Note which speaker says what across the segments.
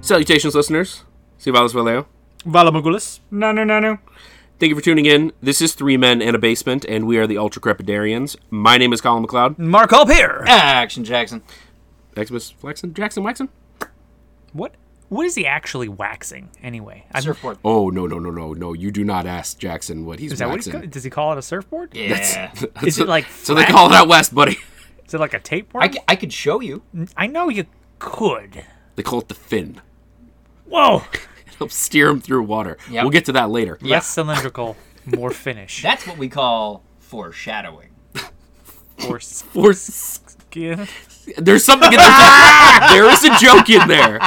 Speaker 1: Salutations, listeners. Sivalas Valeo.
Speaker 2: Valamogulis.
Speaker 3: No, no, no, no.
Speaker 1: Thank you for tuning in. This is Three Men and a Basement, and we are the Ultra Crepidarians. My name is Colin McLeod.
Speaker 2: Mark Hulp here.
Speaker 3: Action Jackson.
Speaker 1: Xmas Flexen? Jackson Waxen?
Speaker 4: What what is he actually waxing anyway? I mean,
Speaker 3: Surfboard.
Speaker 1: Oh, no, no, no, no, no. You do not ask Jackson what he's
Speaker 4: is that what he's
Speaker 1: waxing.
Speaker 4: called? Does he call it a surfboard?
Speaker 3: Yeah.
Speaker 4: Is it like
Speaker 1: So they
Speaker 4: flat?
Speaker 1: call it out west, buddy.
Speaker 4: Is it like a tapeworm?
Speaker 3: I,
Speaker 4: I,
Speaker 3: c- I could show you.
Speaker 4: know you could.
Speaker 1: They call it the fin.
Speaker 4: Whoa,
Speaker 1: Help steer him through water.
Speaker 3: Yep.
Speaker 1: We'll get to that later.
Speaker 3: Yeah.
Speaker 4: less cylindrical, more finish.
Speaker 3: That's what we call foreshadowing.
Speaker 4: or skin.
Speaker 1: Or s- There's something in there. there is a joke in there.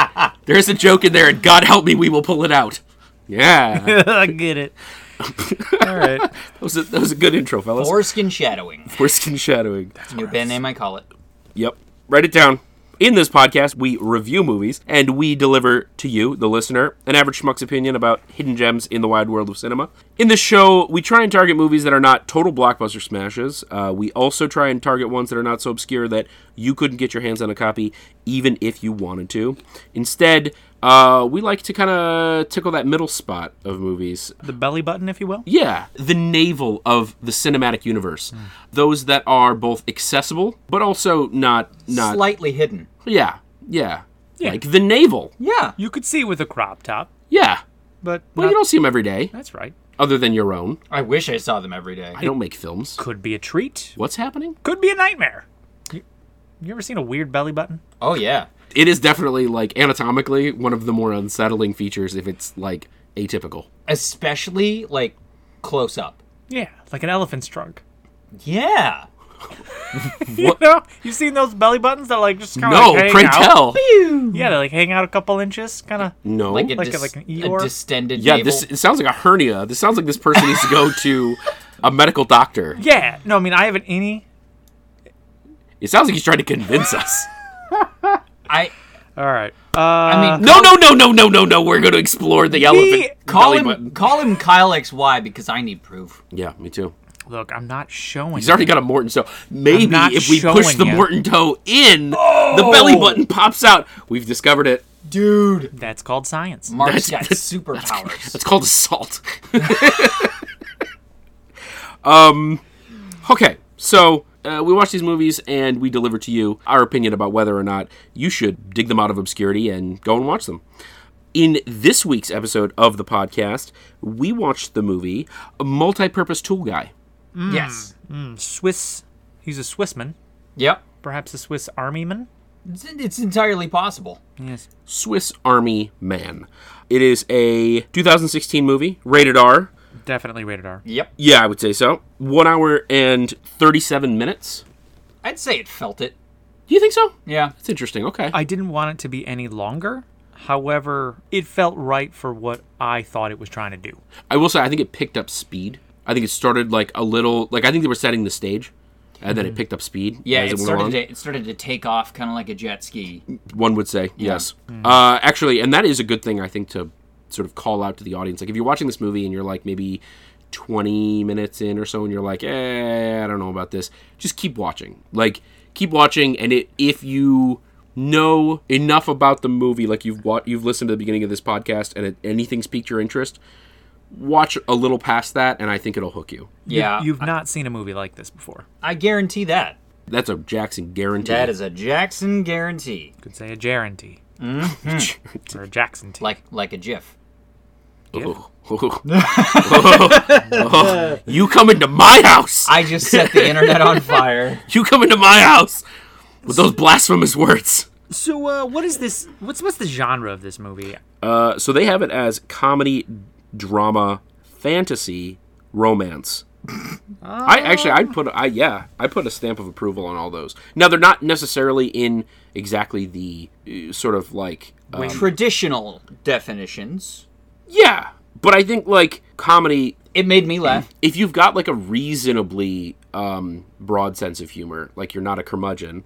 Speaker 1: There is a joke in there, and God help me, we will pull it out. Yeah.
Speaker 4: I get it. All right.
Speaker 1: That was a, that was a good intro, fellas.
Speaker 3: Foreskin shadowing.
Speaker 1: Foreskin shadowing.
Speaker 3: New band name I call it.
Speaker 1: Yep. Write it down. In this podcast, we review movies and we deliver to you, the listener, an average schmuck's opinion about hidden gems in the wide world of cinema. In this show, we try and target movies that are not total blockbuster smashes. Uh, we also try and target ones that are not so obscure that you couldn't get your hands on a copy even if you wanted to. Instead, uh, we like to kind of tickle that middle spot of movies
Speaker 4: The belly button, if you will.
Speaker 1: yeah, the navel of the cinematic universe. Those that are both accessible but also not not
Speaker 3: Slightly hidden.
Speaker 1: yeah, yeah. Like the navel.
Speaker 3: Yeah.
Speaker 4: You could see with a crop top,
Speaker 1: Yeah.
Speaker 4: but
Speaker 1: Well,
Speaker 4: not-
Speaker 1: you don't see them every day
Speaker 4: that's right.
Speaker 1: other than your own.
Speaker 3: I wish I saw them every day.
Speaker 1: I don't make films.
Speaker 4: Could be a treat.
Speaker 1: What's happening?
Speaker 4: Could be a nightmare. You, you ever seen a weird belly button?
Speaker 3: Oh, yeah.
Speaker 1: It is definitely like anatomically one of the more unsettling features if it's like atypical.
Speaker 3: Especially, like, close up.
Speaker 4: Yeah, like an elephant's trunk.
Speaker 3: Yeah.
Speaker 4: You know, you've seen those belly buttons that like just kind of
Speaker 1: No,
Speaker 4: like hang
Speaker 1: pray
Speaker 4: out.
Speaker 1: tell.
Speaker 4: Yeah, they like hang out a couple inches, kind of.
Speaker 1: No.
Speaker 3: Like a,
Speaker 4: Like a-
Speaker 3: dis-
Speaker 4: like an
Speaker 3: a
Speaker 4: Eeyore?
Speaker 3: distended
Speaker 1: yeah,
Speaker 3: navel.
Speaker 1: this it sounds like a hernia. This sounds like this person needs to go to a medical doctor.
Speaker 4: Yeah, no, I mean I haven't any.
Speaker 1: It sounds like he's trying to convince us.
Speaker 3: I,
Speaker 4: All right. Uh,
Speaker 3: I mean,
Speaker 1: No, no, no, no, no, no, no. We're going to explore the elephant
Speaker 3: call
Speaker 1: belly
Speaker 3: him,
Speaker 1: button.
Speaker 3: call him Kyle XY because I need proof.
Speaker 1: Yeah, me too.
Speaker 4: look, I'm not showing.
Speaker 1: He's already got a Morton toe. Maybe
Speaker 4: not
Speaker 1: if we push
Speaker 4: showing
Speaker 1: the
Speaker 4: you.
Speaker 1: Morton toe in, the belly button pops out. We've discovered it.
Speaker 3: Dude.
Speaker 4: That's called science.
Speaker 3: Mark's got
Speaker 1: That's-
Speaker 3: superpowers.
Speaker 1: That's called assault. um, okay, so uh, we watch these movies and we deliver to you our opinion about whether or not you should dig them out of obscurity and go and watch them. In this week's episode of the podcast, we watched the movie Multi-Purpose Tool Guy.
Speaker 4: Mm.
Speaker 3: Yes.
Speaker 4: Swiss. He's a Swissman,
Speaker 3: Yep.
Speaker 4: perhaps a Swiss Army man.
Speaker 3: It's, it's entirely possible.
Speaker 4: Yes.
Speaker 1: Swiss Army Man. It is a 2016 movie, rated R.
Speaker 4: Definitely rated R.
Speaker 3: Yep.
Speaker 1: Yeah, I would say so. One hour and 37 minutes.
Speaker 3: I'd say it felt it.
Speaker 1: Do you think so?
Speaker 3: Yeah.
Speaker 1: That's interesting. Okay.
Speaker 4: I didn't want it to be any longer. However, it felt right for what I thought it was trying to do.
Speaker 1: I will say, I think it picked up speed. I think it started like a little, like, I think they were setting the stage. And then it picked up speed.
Speaker 3: Mm-hmm. Yeah,
Speaker 1: as
Speaker 3: it
Speaker 1: went
Speaker 3: started
Speaker 1: along.
Speaker 3: to, it started to take off kind of like a jet ski.
Speaker 1: one would say yes uh, actually and that is a good thing i think to sort of call out to the audience like if you're watching this movie and you're like maybe 20 minutes in or so and you're like eh i don't know about this just keep watching like keep watching and it, if you know enough about the movie like you've wa- you've listened to the beginning of this podcast and it, anything's piqued your interest watch a little past that and i think it'll hook you
Speaker 3: Yeah.
Speaker 4: You've not seen a movie like this before.
Speaker 3: I guarantee that.
Speaker 1: that's a jackson guarantee
Speaker 3: That is a Jackson guarantee.
Speaker 4: You could say a guarantee or a Jackson T.
Speaker 3: Like like a GIF.
Speaker 1: Oh, oh, oh. you come into my house
Speaker 3: I just set the internet on fire.
Speaker 1: You come into my house with those blasphemous words.
Speaker 4: So, uh, what is this? What's what's the genre of this movie?
Speaker 1: Uh, so they have it as comedy, drama, fantasy, romance. I actually, I'd put, I yeah, I put a stamp of approval on all those. Now they're not necessarily in exactly the uh, sort of like, uh,
Speaker 3: Traditional definitions.
Speaker 1: yeah, but I think like comedy
Speaker 3: It made me laugh.
Speaker 1: if you've got like a reasonably um, broad sense of humor, like you're not a curmudgeon,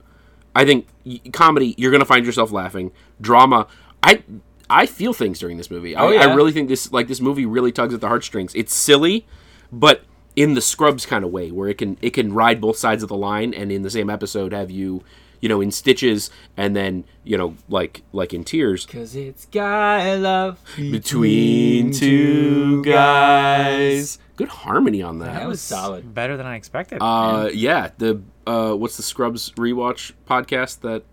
Speaker 1: I think y- comedy you're gonna find yourself laughing. Drama, I I feel things during this movie. I,
Speaker 3: Oh, yeah.
Speaker 1: I really think this like this movie really tugs at the heartstrings. It's silly, but in the Scrubs kind of way, where it can it can ride both sides of the line, and in the same episode have you you know in stitches and then you know like like in tears
Speaker 3: Cause it's guy love.
Speaker 1: between two guys. Good harmony on
Speaker 3: That
Speaker 1: that.
Speaker 3: was solid. Um,
Speaker 4: Better than I expected.
Speaker 1: Uh, yeah, the uh, what's the Scrubs rewatch podcast that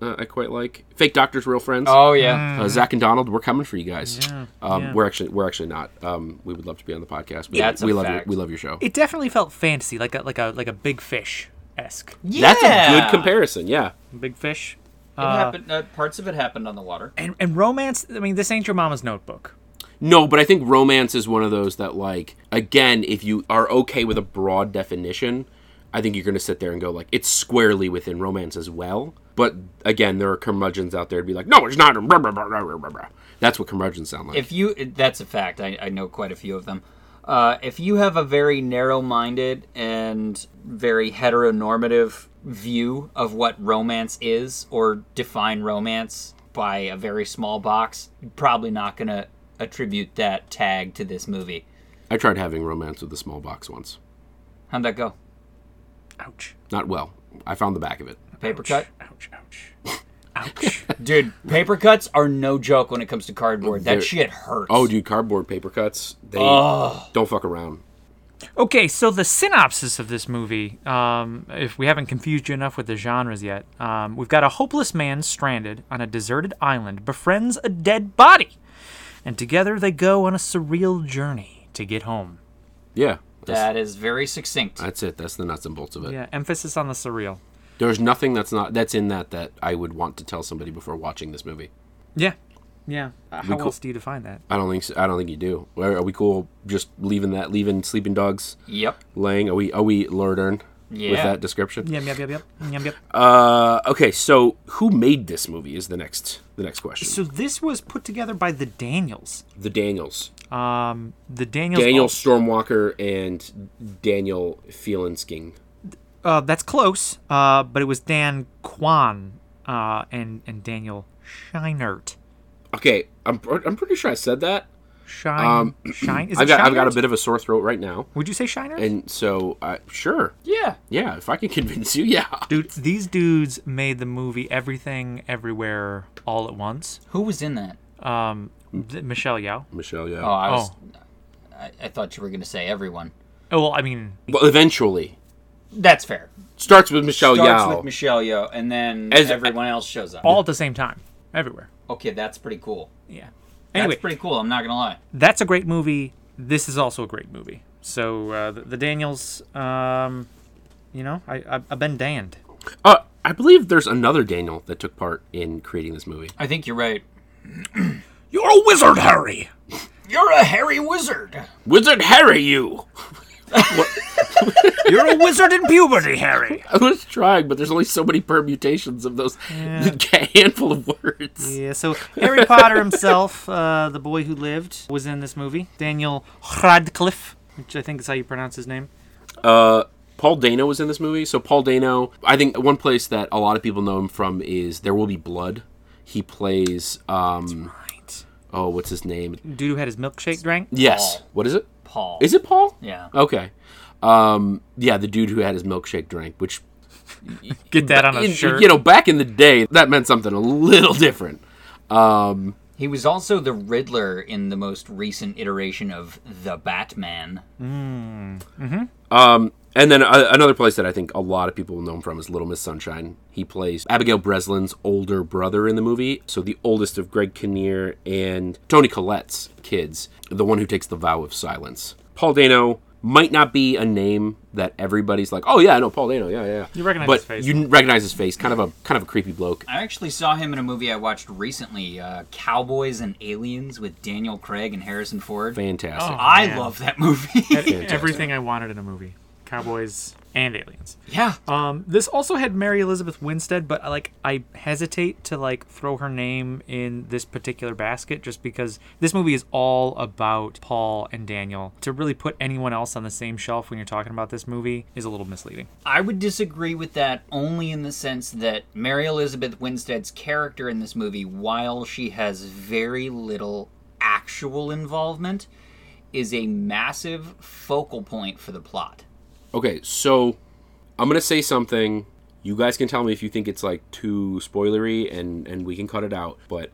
Speaker 1: uh, I quite like? Fake Doctors, Real Friends.
Speaker 3: Oh yeah.
Speaker 1: Uh, Zach and Donald, we're coming for you guys. um,
Speaker 4: yeah.
Speaker 1: We're actually we're actually not. Um, we would love to be on the podcast. We,
Speaker 3: That's a
Speaker 1: we love
Speaker 3: fact.
Speaker 1: Your, we love your show.
Speaker 4: it definitely felt fantasy, like a like a like a big fish esque.
Speaker 1: That's a
Speaker 3: Mm. Yeah.
Speaker 1: good comparison. Yeah.
Speaker 4: Big fish.
Speaker 3: It happened. Uh, parts of it happened on the water.
Speaker 4: And and romance. I mean, this ain't your mama's notebook.
Speaker 1: No, but I think romance is one of those that like again, if you are okay with a broad definition, I think you're going to sit there and go like it's squarely within romance as well. But again, there are curmudgeons out there to be like, no, it's not. Blah, blah, blah, blah, blah, blah." That's what curmudgeons sound like.
Speaker 3: If you, that's a fact. I, I know quite a few of them. Uh, if you have a very narrow-minded and very heteronormative view of what romance is, or define romance by a very small box, you're probably not going to attribute that tag to this movie.
Speaker 1: I tried having romance with a small box once.
Speaker 3: How'd that go?
Speaker 4: Ouch.
Speaker 1: Not well. I found the back of it.
Speaker 3: Paper cut,
Speaker 4: Ouch. Ouch. Ouch.
Speaker 3: dude. Paper cuts are no joke when it comes to cardboard.
Speaker 1: They're-
Speaker 3: That shit hurts.
Speaker 1: Oh, dude, cardboard paper cuts. They don't fuck around.
Speaker 4: Okay, so the synopsis of this movie, um, if we haven't confused you enough with the genres yet, um, we've got a hopeless man stranded on a deserted island befriends a dead body, and together they go on a surreal journey to get home.
Speaker 1: Yeah. That's,
Speaker 3: that is very succinct.
Speaker 1: that's it. That's the nuts and bolts of it.
Speaker 4: Yeah, emphasis on the surreal.
Speaker 1: There's nothing that's not that's in that that I would want to tell somebody before watching this movie.
Speaker 4: Yeah, yeah. Uh, how
Speaker 1: cool-
Speaker 4: else do you define that?
Speaker 1: I don't think so. I don't think you do. Are, are we cool just leaving that leaving sleeping dogs
Speaker 3: yep.
Speaker 1: laying? Are we are we Lordern with
Speaker 3: Yeah.
Speaker 1: that description?
Speaker 4: Yep, yep, yep, yep, yep, yep.
Speaker 1: Uh, okay, so who made this movie is the next the next question.
Speaker 4: So this was put together by the Daniels.
Speaker 1: the Daniels.
Speaker 4: Um, the Daniels.
Speaker 1: Daniel Stormwalker and Daniel Feelensking.
Speaker 4: Uh, that's close, uh, but it was Dan Kwan uh, and and Daniel Scheinert.
Speaker 1: Okay, I'm pr- I'm pretty sure I said that.
Speaker 4: Shine, shine. Is
Speaker 1: Um, I've
Speaker 4: it
Speaker 1: got I've got a
Speaker 4: Shinert?
Speaker 1: bit of a sore throat right now.
Speaker 4: Would you say Shiner?
Speaker 1: And so uh, sure.
Speaker 3: Yeah.
Speaker 1: Yeah, if I can convince you, yeah.
Speaker 4: Dude, these dudes made the movie Everything, Everywhere, All at Once.
Speaker 3: Who was in that?
Speaker 4: Um, th- Michelle Yeoh.
Speaker 1: Michelle, yeah.
Speaker 3: Oh, I was.
Speaker 4: Oh.
Speaker 3: I, I thought you were going to say everyone.
Speaker 4: Oh, well, I mean,
Speaker 1: well, eventually
Speaker 3: That's fair.
Speaker 1: starts with Michelle
Speaker 3: Starts
Speaker 1: Yao.
Speaker 3: with Michelle Yeoh, and then
Speaker 1: As-
Speaker 3: everyone else shows up.
Speaker 4: all at the same time, everywhere.
Speaker 3: okay, that's pretty cool.
Speaker 4: Yeah.
Speaker 3: That's
Speaker 4: Anyway, that's,
Speaker 3: pretty cool. I'm not gonna lie.
Speaker 4: a great movie. This is also a great movie. So uh, the, the Daniels, um, you know, I, I I've been damned.
Speaker 1: Uh, I believe there's another Daniel that took part in creating this movie.
Speaker 3: I think you're right.
Speaker 4: You're a wizard, Harry.
Speaker 3: You're a hairy wizard.
Speaker 1: Wizard Harry, you!
Speaker 4: You're a wizard in puberty, Harry.
Speaker 1: I was trying, but there's only so many permutations of those handful of words.
Speaker 4: Yeah, so Harry Potter himself, uh, the boy who lived, was in this movie. Daniel Radcliffe, which I think is how you pronounce his name.
Speaker 1: Paul Dano was in this movie. So, Paul Dano, I think one place that a lot of people know him from is There Will Be Blood. He plays, um,
Speaker 4: Right.
Speaker 1: oh, what's his name?
Speaker 4: Dude who had his milkshake drank.
Speaker 1: Yes.
Speaker 3: Paul.
Speaker 1: What is it?
Speaker 3: Paul.
Speaker 1: Is it Paul?
Speaker 3: Yeah.
Speaker 1: Okay. Um, yeah, the dude who had his milkshake drink, which,
Speaker 4: Get that on a
Speaker 1: in-
Speaker 4: shirt.
Speaker 1: you know, back in the day, that meant something a little different.
Speaker 3: He was also the Riddler in the most recent iteration of the Batman.
Speaker 1: And then uh, another place that I think a lot of people will know him from is Little Miss Sunshine. He plays Abigail Breslin's older brother in the movie, so the oldest of Greg Kinnear and Tony Collette's kids, the one who takes the vow of silence. Paul Dano might not be a name that everybody's like, oh yeah, I know Paul Dano, yeah, yeah. yeah."
Speaker 4: You recognize
Speaker 1: but
Speaker 4: his face.
Speaker 1: You recognize his face, kind of a kind of a creepy bloke.
Speaker 3: I actually saw him in a movie I watched recently, uh, Cowboys and Aliens, with Daniel Craig and Harrison Ford.
Speaker 1: Fantastic.
Speaker 3: I
Speaker 4: man.
Speaker 3: love that movie.
Speaker 4: Everything I wanted in a movie. Cowboys and aliens.
Speaker 3: yeah.
Speaker 4: Um, this also had Mary Elizabeth Winstead, but I, like I hesitate to like throw her name in this particular basket just because this movie is all about Paul and Daniel. To really put anyone else on the same shelf when you're talking about this movie is a little misleading.
Speaker 3: I would disagree with that only in the sense that Mary Elizabeth Winstead's character in this movie, while she has very little actual involvement, is a massive focal point for the plot.
Speaker 1: Okay, so I'm gonna say something You guys can tell me if you think it's like too spoilery, and and we can cut it out. But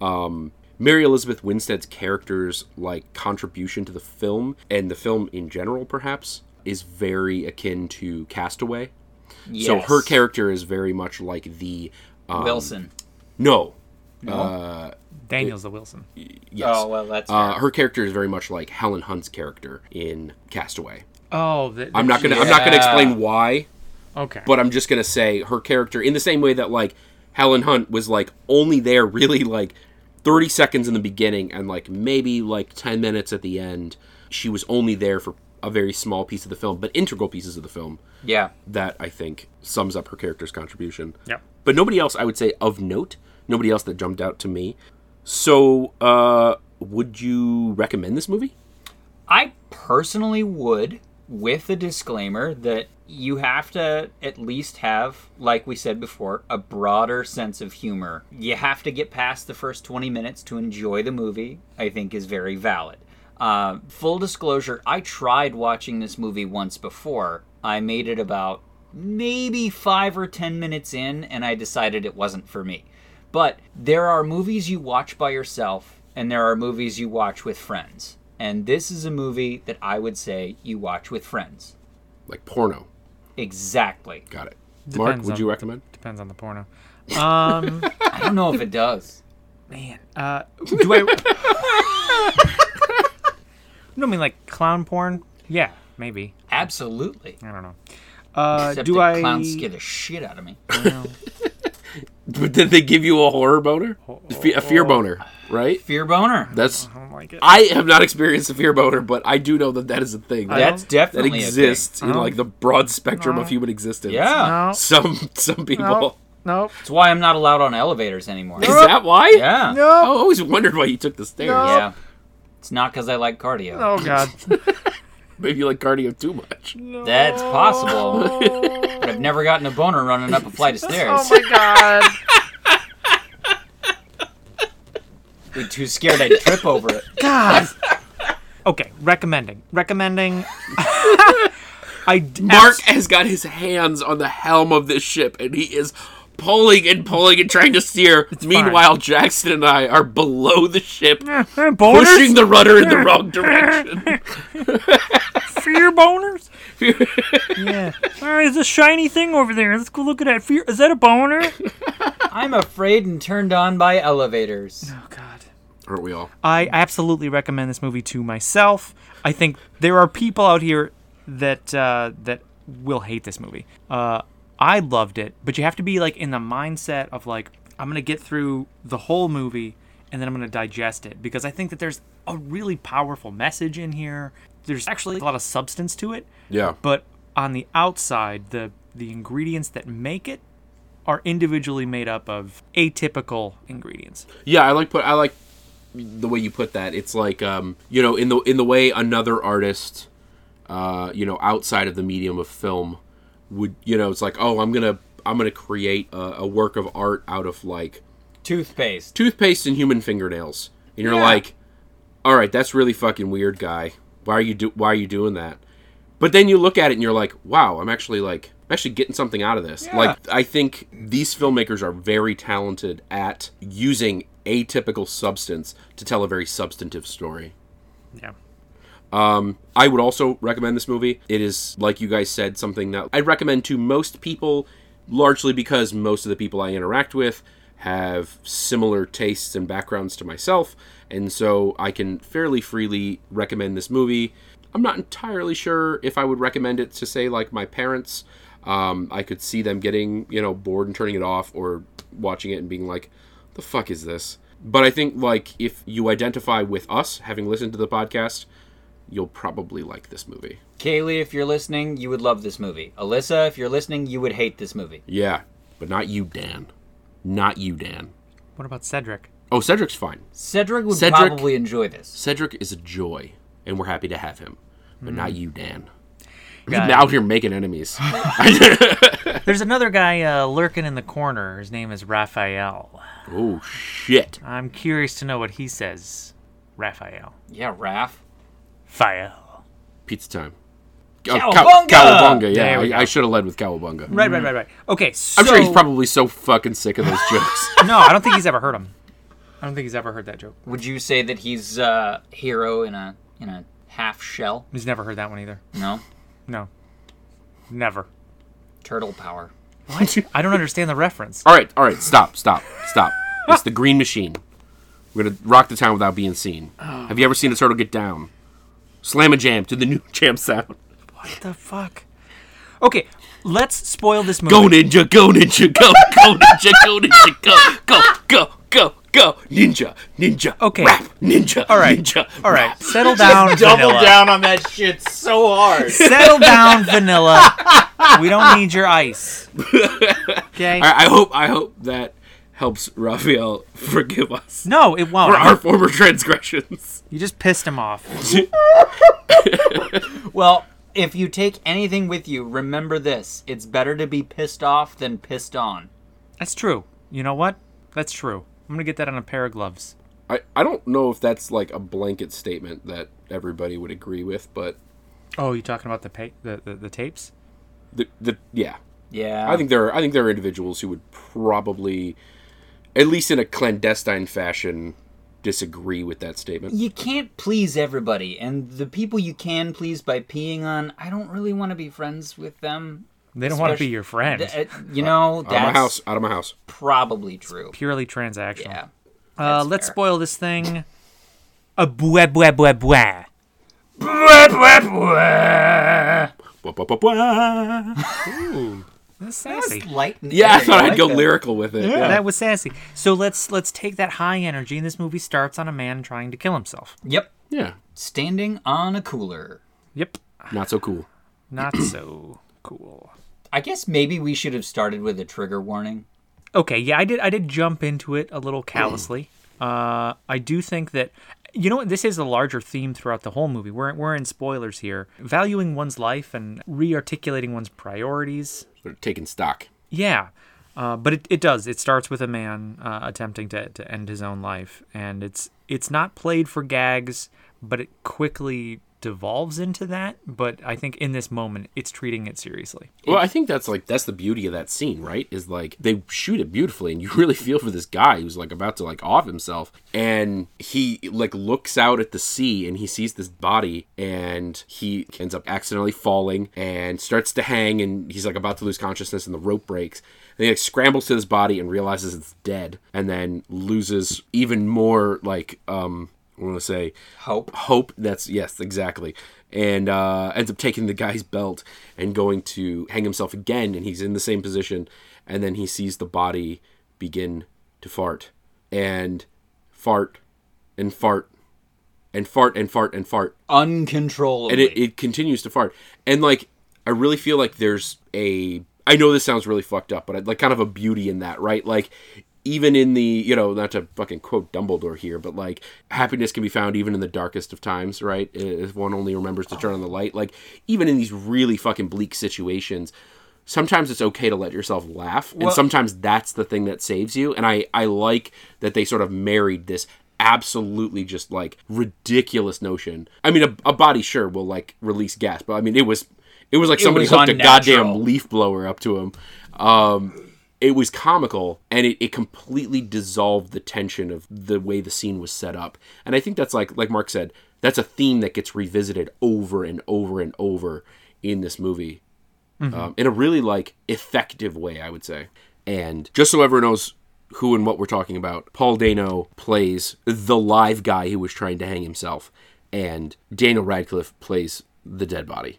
Speaker 1: um, Mary Elizabeth Winstead's character's like contribution to the film and the film in general, perhaps, is very akin to Castaway. So her
Speaker 3: Yes.
Speaker 1: character is very much like the um,
Speaker 3: Wilson.
Speaker 1: No,
Speaker 4: Daniel's the Wilson.
Speaker 1: yes,
Speaker 3: Oh well, that's
Speaker 1: uh,
Speaker 3: fair.
Speaker 1: her character is very much like Helen Hunt's character in Castaway.
Speaker 4: Oh, the,
Speaker 1: I'm not gonna I'm not gonna
Speaker 3: Yeah.
Speaker 1: explain why,
Speaker 4: Okay.
Speaker 1: but I'm just gonna say her character in the same way that like Helen Hunt was like only there really like 30 seconds in the beginning and like maybe like 10 minutes at the end. She was only there for a very small piece of the film, but integral pieces of the film.
Speaker 3: yeah.
Speaker 1: That I think sums up her character's contribution.
Speaker 4: Yep.
Speaker 1: But nobody else I would say of note. Nobody else that jumped out to me. So, uh, would you recommend this movie?
Speaker 3: I personally would, with the disclaimer that you have to at least have, like we said before, a broader sense of humor. You have to get past the first 20 minutes to enjoy the movie, I think is very valid. Uh, full disclosure, I tried watching this movie once before. I made it about maybe five or 10 minutes in, and I decided it wasn't for me. But there are movies you watch by yourself, and there are movies you watch with friends. And this is a movie that I would say you watch with friends.
Speaker 1: Like porno.
Speaker 3: Exactly.
Speaker 1: Got it. Mark,
Speaker 4: Depends
Speaker 1: would
Speaker 4: on-
Speaker 1: you recommend?
Speaker 4: Depends on the porno. Um,
Speaker 3: I don't know if it does.
Speaker 4: man, uh, do I? you don't mean like clown porn? Yeah, maybe.
Speaker 3: Absolutely.
Speaker 4: I don't know. Uh,
Speaker 3: Except
Speaker 4: do
Speaker 3: that
Speaker 4: I?
Speaker 3: clowns scare the shit out of me.
Speaker 1: But did they give you a horror boner?
Speaker 3: Oh.
Speaker 1: Fe- a fear boner, right?
Speaker 3: Fear boner.
Speaker 1: That's.
Speaker 4: I don't like it.
Speaker 1: I have not experienced a fear boner, but I do know that that is a thing that,
Speaker 3: That's
Speaker 1: that
Speaker 3: definitely A
Speaker 1: exists in
Speaker 4: don't-
Speaker 1: like the broad spectrum of human existence.
Speaker 3: thing. Yeah.
Speaker 1: Ah!
Speaker 4: no,
Speaker 1: Some some people.
Speaker 4: no, no,
Speaker 3: That's why I'm not allowed on elevators anymore.
Speaker 1: Is that why?
Speaker 3: Yeah.
Speaker 1: I
Speaker 4: no.
Speaker 1: always wondered why you took the stairs.
Speaker 3: Yeah. It's not because I like cardio.
Speaker 4: Oh God.
Speaker 1: Maybe you like cardio too much.
Speaker 3: That's possible. but I've never gotten a boner running up a flight of
Speaker 4: Oh
Speaker 3: stairs.
Speaker 4: my God.
Speaker 3: Be too scared I'd trip over it.
Speaker 4: God. Okay, recommending. Recommending. I d-
Speaker 1: Mark has got his hands on the helm of this ship, and he is pulling and pulling and trying to steer. Meanwhile, Jackson and I are below the ship,
Speaker 4: abs-
Speaker 1: pushing
Speaker 4: Uh, boners.
Speaker 1: the rudder in the wrong direction.
Speaker 4: fear boners. yeah. All right, there's a shiny thing over there. Let's go look at that. Fear. Is that a boner? Oh
Speaker 3: I'm afraid and turned on by elevators.
Speaker 4: Oh, God.
Speaker 1: Aren't we all?
Speaker 4: I absolutely recommend this movie to myself. I think there are people out here that uh, that will hate this movie. Uh, I loved it, but you have to be like in the mindset of like I'm gonna get through the whole movie and then I'm gonna digest it because I think that there's a really powerful message in here. There's actually a lot of substance to it,
Speaker 1: Yeah.
Speaker 4: but on the outside, the the ingredients that make it are individually made up of atypical ingredients.
Speaker 1: Yeah, I like put I like the way you put that. It's like um, you know, in the in the way another artist uh, you know, outside of the medium of film would, you know, it's like, "Oh, I'm going to I'm going to create a, a work of art out of like
Speaker 3: Toothpaste.
Speaker 1: toothpaste and human fingernails." And you're
Speaker 3: Yeah.
Speaker 1: like, "All right, that's really fucking weird, guy. Why are you do why are you doing that?" But then you look at it and you're like, "Wow, I'm actually like I'm actually getting something out of this." Like I think these filmmakers are very talented at using atypical substance to tell a very substantive story.
Speaker 4: Yeah.
Speaker 1: I would also recommend this movie. It is, like you guys said, something that I'd recommend to most people, largely because most of the people I interact with have similar tastes and backgrounds to myself, and so I can fairly freely recommend this movie. I'm not entirely sure if I would recommend it to, say, like my parents. Um, I could see them getting, you know, bored and turning it off or watching it and being like, the fuck is this? But I think, like, if you identify with us, having listened to the podcast, you'll probably like this movie.
Speaker 3: Kaylee, if you're listening, you would love this movie. Alyssa, if you're listening, you would hate this movie.
Speaker 1: Yeah, but not you, Dan. Not you, Dan.
Speaker 4: What about Cedric?
Speaker 1: Oh, Cedric's fine.
Speaker 3: Cedric would
Speaker 1: Cedric-
Speaker 3: probably enjoy this.
Speaker 1: Cedric is a joy, and we're happy to have him. But not you, Dan. You're
Speaker 4: Hmm. Got it.
Speaker 1: out here making enemies.
Speaker 4: There's another guy uh, lurking in the corner. His name is Raphael.
Speaker 1: oh shit!
Speaker 4: I'm curious to know what he says. Raphael.
Speaker 3: Yeah, Raph.
Speaker 4: Fael.
Speaker 1: Pizza time. Oh, Cow-
Speaker 3: Cowabunga!
Speaker 1: Cowabunga,
Speaker 4: There we
Speaker 1: yeah.
Speaker 4: go.
Speaker 1: I, I should have led with Cowabunga.
Speaker 4: Right, right, right, right. Okay, so
Speaker 1: I'm sure he's probably so fucking sick of those jokes.
Speaker 4: no. I don't think he's ever heard him. I don't think he's ever heard that joke.
Speaker 3: Would you say that he's uh, hero in a in a half shell?
Speaker 4: He's never heard that one either.
Speaker 3: No,
Speaker 4: No, never.
Speaker 3: turtle power.
Speaker 4: What? I don't understand the reference.
Speaker 1: all right, all right, stop, stop, stop. It's the Green Machine. We're gonna rock the town without being seen. Have you ever seen a turtle get down? Slam a jam to the new jam sound.
Speaker 4: What the fuck? Okay, let's spoil this movie.
Speaker 1: Go ninja, go ninja, go, go ninja, go ninja, go, go, go, go, go, ninja, ninja,
Speaker 4: Okay.
Speaker 1: rap, ninja, all
Speaker 4: right,
Speaker 1: ninja,
Speaker 4: All right, settle down.
Speaker 5: Double
Speaker 4: Vanilla.
Speaker 5: down on that shit so hard.
Speaker 4: Settle down, Vanilla. We don't need your ice. Okay.
Speaker 1: I, I hope, I hope that helps Raphael forgive us
Speaker 4: No, it won't.
Speaker 1: for our former transgressions.
Speaker 4: You just pissed him off.
Speaker 3: Well, if you take anything with you, remember this: it's better to be pissed off than pissed on.
Speaker 4: That's true. You know what? That's true. I'm gonna get that on a pair of gloves.
Speaker 1: I, I don't know if that's like a blanket statement that everybody would agree with, but
Speaker 4: Oh, you talking about the pa- the, the the tapes?
Speaker 1: the, the yeah,
Speaker 3: Yeah,
Speaker 1: I think there are I think there are individuals who would probably, at least in a clandestine fashion, disagree with that statement.
Speaker 3: you can't please everybody, and the people you can please by peeing on, I don't really want to be friends with them.
Speaker 4: They don't want to be
Speaker 3: Especially-
Speaker 4: your friend.
Speaker 3: Th- uh, you
Speaker 1: Out
Speaker 3: know,
Speaker 1: of my
Speaker 3: that's
Speaker 1: house, out of my house.
Speaker 3: probably true.
Speaker 4: Purely transactional.
Speaker 3: Yeah.
Speaker 4: uh, let's
Speaker 3: fair.
Speaker 4: spoil this thing. A bwe bwe bwe bwe.
Speaker 1: Ba-ba-ba-ba.
Speaker 4: That's sassy.
Speaker 3: Light and
Speaker 1: Yeah, I
Speaker 3: airy,
Speaker 1: thought I'd
Speaker 3: like
Speaker 1: go
Speaker 3: that.
Speaker 1: lyrical with it. Yeah.
Speaker 4: That was sassy. So let's let's take that high energy, and this movie starts on a man trying to kill himself.
Speaker 3: Yep.
Speaker 1: Yeah.
Speaker 3: Standing on a cooler.
Speaker 4: Yep.
Speaker 1: Not so cool.
Speaker 4: Not so cool.
Speaker 3: I guess maybe we should have started with a trigger warning.
Speaker 4: Okay, yeah, I did. I did jump into it a little callously. Uh, I do think that you know what this is a larger theme throughout the whole movie. We're we're in spoilers here. Valuing one's life and re-articulating one's priorities.
Speaker 1: Sort of taking stock.
Speaker 4: Yeah, uh, but it, it does. It starts with a man uh, attempting to to end his own life, and it's it's not played for gags, but it quickly devolves into that. But I think in this moment, it's treating it seriously.
Speaker 1: Well, I think that's like that's the beauty of that scene, right? Is like they shoot it beautifully, and you really feel for this guy who's like about to like off himself, and he like looks out at the sea and he sees this body, and he ends up accidentally falling and starts to hang, and he's like about to lose consciousness, and the rope breaks, and he like scrambles to this body and realizes it's dead, and then loses even more like um I want to say
Speaker 3: Hope.
Speaker 1: hope that's yes exactly and uh, ends up taking the guy's belt and going to hang himself again and he's in the same position and then he sees the body begin to fart and fart and fart and fart and fart and fart
Speaker 3: Uncontrollably.
Speaker 1: and it, it continues to fart and like i really feel like there's a i know this sounds really fucked up but I, like kind of a beauty in that right like even in the you know not to fucking quote dumbledore here but like happiness can be found even in the darkest of times right if one only remembers to turn on the light like even in these really fucking bleak situations sometimes it's okay to let yourself laugh and sometimes that's the thing that saves you and i i like that they sort of married this absolutely just like ridiculous notion i mean a, a body sure will like release gas but i mean it was it was like somebody
Speaker 3: was
Speaker 1: hooked a
Speaker 3: unnatural.
Speaker 1: goddamn leaf blower up to him um it was comical and it, it completely dissolved the tension of the way the scene was set up and i think that's like like mark said that's a theme that gets revisited over and over and over in this movie um, in a really like effective way, I would say. And just so everyone knows who and what we're talking about, Paul Dano plays the live guy who was trying to hang himself, and Daniel Radcliffe plays the dead body.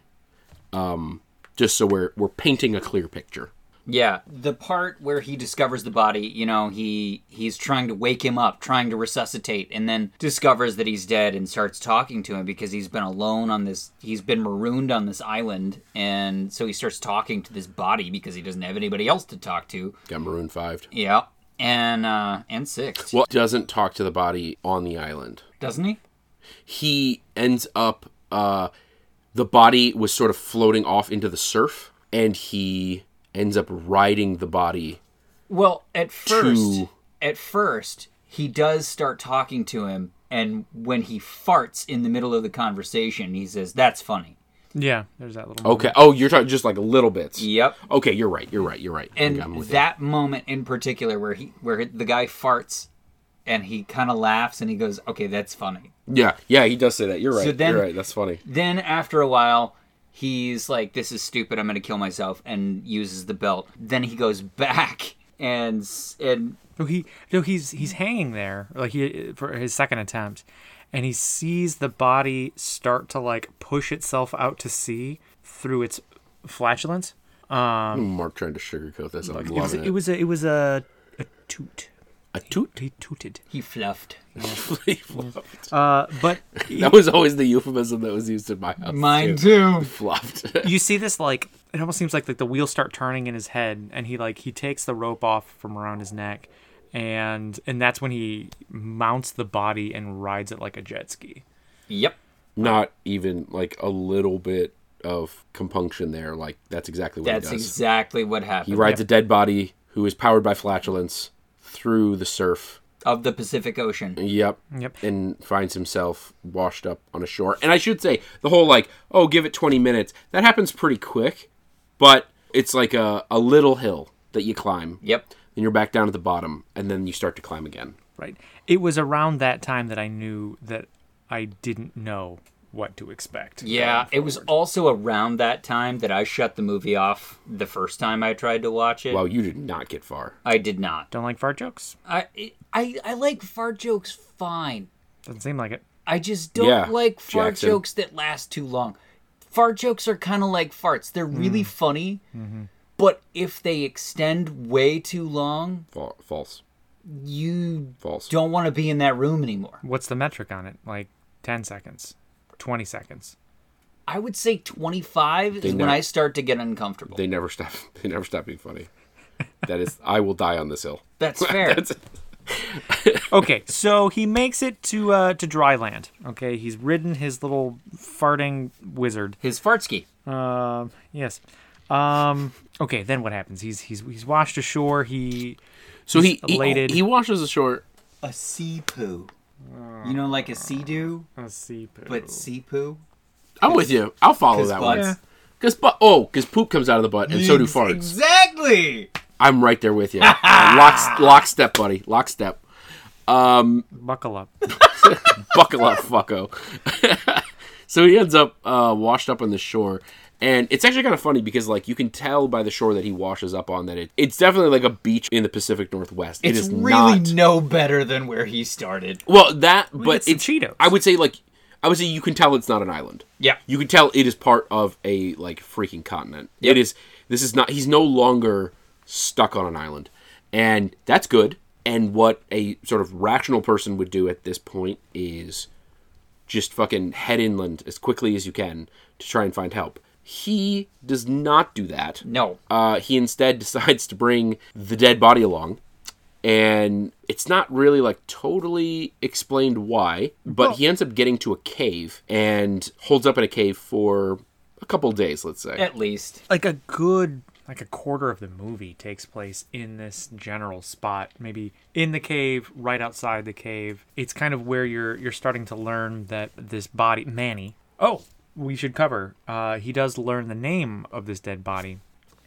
Speaker 1: Um, just so we're we're painting a clear picture.
Speaker 3: yeah. The part where he discovers the body, you know, he he's trying to wake him up, trying to resuscitate, and then discovers that he's dead and starts talking to him because he's been alone on this he's been marooned on this island, and so he starts talking to this body because he doesn't have anybody else to talk to.
Speaker 1: Got maroon fived.
Speaker 3: Yeah. And uh and six.
Speaker 1: Well, doesn't talk to the body on the island.
Speaker 3: Doesn't he?
Speaker 1: he ends up uh the body was sort of floating off into the surf and he ends up riding the body
Speaker 3: Well, at first,
Speaker 1: to-
Speaker 3: at first, he does start talking to him, and when he farts in the middle of the conversation, he says, "That's funny."
Speaker 4: Yeah, there's that little.
Speaker 1: Okay. Oh, you're talking just like little bits.
Speaker 3: Yep.
Speaker 1: Okay, you're right. You're right. You're right.
Speaker 3: And
Speaker 1: Okay, I'm with you.
Speaker 3: that moment in particular, where he, where the guy farts, and he kind of laughs and he goes, "Okay, that's funny."
Speaker 1: yeah, yeah, he does say that. You're right.
Speaker 3: then-
Speaker 1: you're right. That's funny.
Speaker 3: Then after a while, he's like, "This is stupid. I'm gonna kill myself," and uses the belt. Then he goes back and s- and
Speaker 4: So he, so he's he's hanging there, like he for his second attempt, and he sees the body start to like push itself out to sea through its flatulence.
Speaker 1: Mark trying to sugarcoat this. I'm loving
Speaker 4: It was,
Speaker 1: it.
Speaker 4: it was a it was a, a toot.
Speaker 1: a toot.
Speaker 4: He tooted.
Speaker 3: he fluffed.
Speaker 4: Uh, but
Speaker 1: that was always the euphemism that was used in my house.
Speaker 3: Mine too.
Speaker 1: Fluffed.
Speaker 4: you see this like it almost seems like like the wheels start turning in his head and he like he takes the rope off from around his neck and and that's when he mounts the body and rides it like a jet ski
Speaker 3: Yep.
Speaker 1: Not even like a little bit of compunction there. Like that's exactly what
Speaker 3: That's
Speaker 1: he does.
Speaker 3: exactly what
Speaker 1: he
Speaker 3: happened.
Speaker 1: rides a dead body who is powered by flatulence through the surf.
Speaker 3: of the Pacific Ocean.
Speaker 1: Yep.
Speaker 4: Yep.
Speaker 1: And finds himself washed up on a shore. And I should say, the whole like, oh, give it 20 minutes, that happens pretty quick, but it's like a, a little hill that you climb.
Speaker 3: Yep.
Speaker 1: And you're back down at the bottom, and then you start to climb again.
Speaker 4: right it was around that time that i knew that i didn't know what to expect
Speaker 3: Yeah, it was also around that time that I shut the movie off the first time I tried to watch it.
Speaker 1: Wow, you did not get far.
Speaker 3: I did not.
Speaker 4: don't like fart jokes
Speaker 3: I, I I like fart jokes fine.
Speaker 4: doesn't seem like it
Speaker 3: I just don't
Speaker 1: Yeah,
Speaker 3: like fart
Speaker 1: Jackson.
Speaker 3: jokes that last too long. Fart jokes are kind of like farts. They're really
Speaker 1: Mm.
Speaker 3: funny, but if they extend way too long,
Speaker 1: Fa- False.
Speaker 3: you
Speaker 1: False.
Speaker 3: don't want to be in that room anymore.
Speaker 4: what's the metric on it like 10 seconds 20 seconds
Speaker 3: I would say 25 is when
Speaker 1: never-
Speaker 3: I start to get uncomfortable.
Speaker 1: They never stop. They never stop being funny. That is, I will die on this hill.
Speaker 3: That's fair.
Speaker 4: okay, so he makes it to uh, to dry land. Okay, he's ridden his little farting wizard.
Speaker 3: His fartski.
Speaker 4: Um, yes. Um, okay, then what happens? He's he's he's washed ashore. He
Speaker 1: So he he,
Speaker 4: Elated.
Speaker 1: he washes ashore.
Speaker 3: A sea poo. You know, like a sea doo,
Speaker 4: let's see. poo.
Speaker 1: Oh.
Speaker 3: but sea poo?
Speaker 1: I'm with you. I'll follow that one.
Speaker 3: butts.
Speaker 1: Because but oh, because poop comes out of the butt, and so do farts.
Speaker 3: Exactly!
Speaker 1: I'm right there with you. Lock, lockstep, buddy. Lockstep.
Speaker 4: buckle up.
Speaker 1: Buckle up, fucko. so he ends up uh, washed up on the shore. And it's actually kind of funny because, like, you can tell by the shore that he washes up on that it, it's definitely like a beach in the Pacific Northwest. It
Speaker 3: It's
Speaker 1: is
Speaker 3: really
Speaker 1: not.
Speaker 3: no better than where he started.
Speaker 1: well, that, but
Speaker 4: get some
Speaker 1: it's
Speaker 4: Cheetos.
Speaker 1: I would say, like, I would say you can tell it's not an island.
Speaker 3: Yeah.
Speaker 1: You can tell it is part of a like freaking continent. It is. This is not. He's no longer stuck on an island, and that's good. And what a sort of rational person would do at this point is just fucking head inland as quickly as you can to try and find help. He does not do that.
Speaker 3: No.
Speaker 1: Uh, he instead decides to bring the dead body along. And it's not really like totally explained why, but he ends up getting to a cave and holds up in a cave for a couple days, let's say.
Speaker 3: At least.
Speaker 4: Like a good like a quarter of the movie takes place in this general spot, maybe in the cave, right outside the cave. It's kind of where you're you're starting to learn that this body Manny. Oh, we should cover. Uh, he does learn the name of this dead body.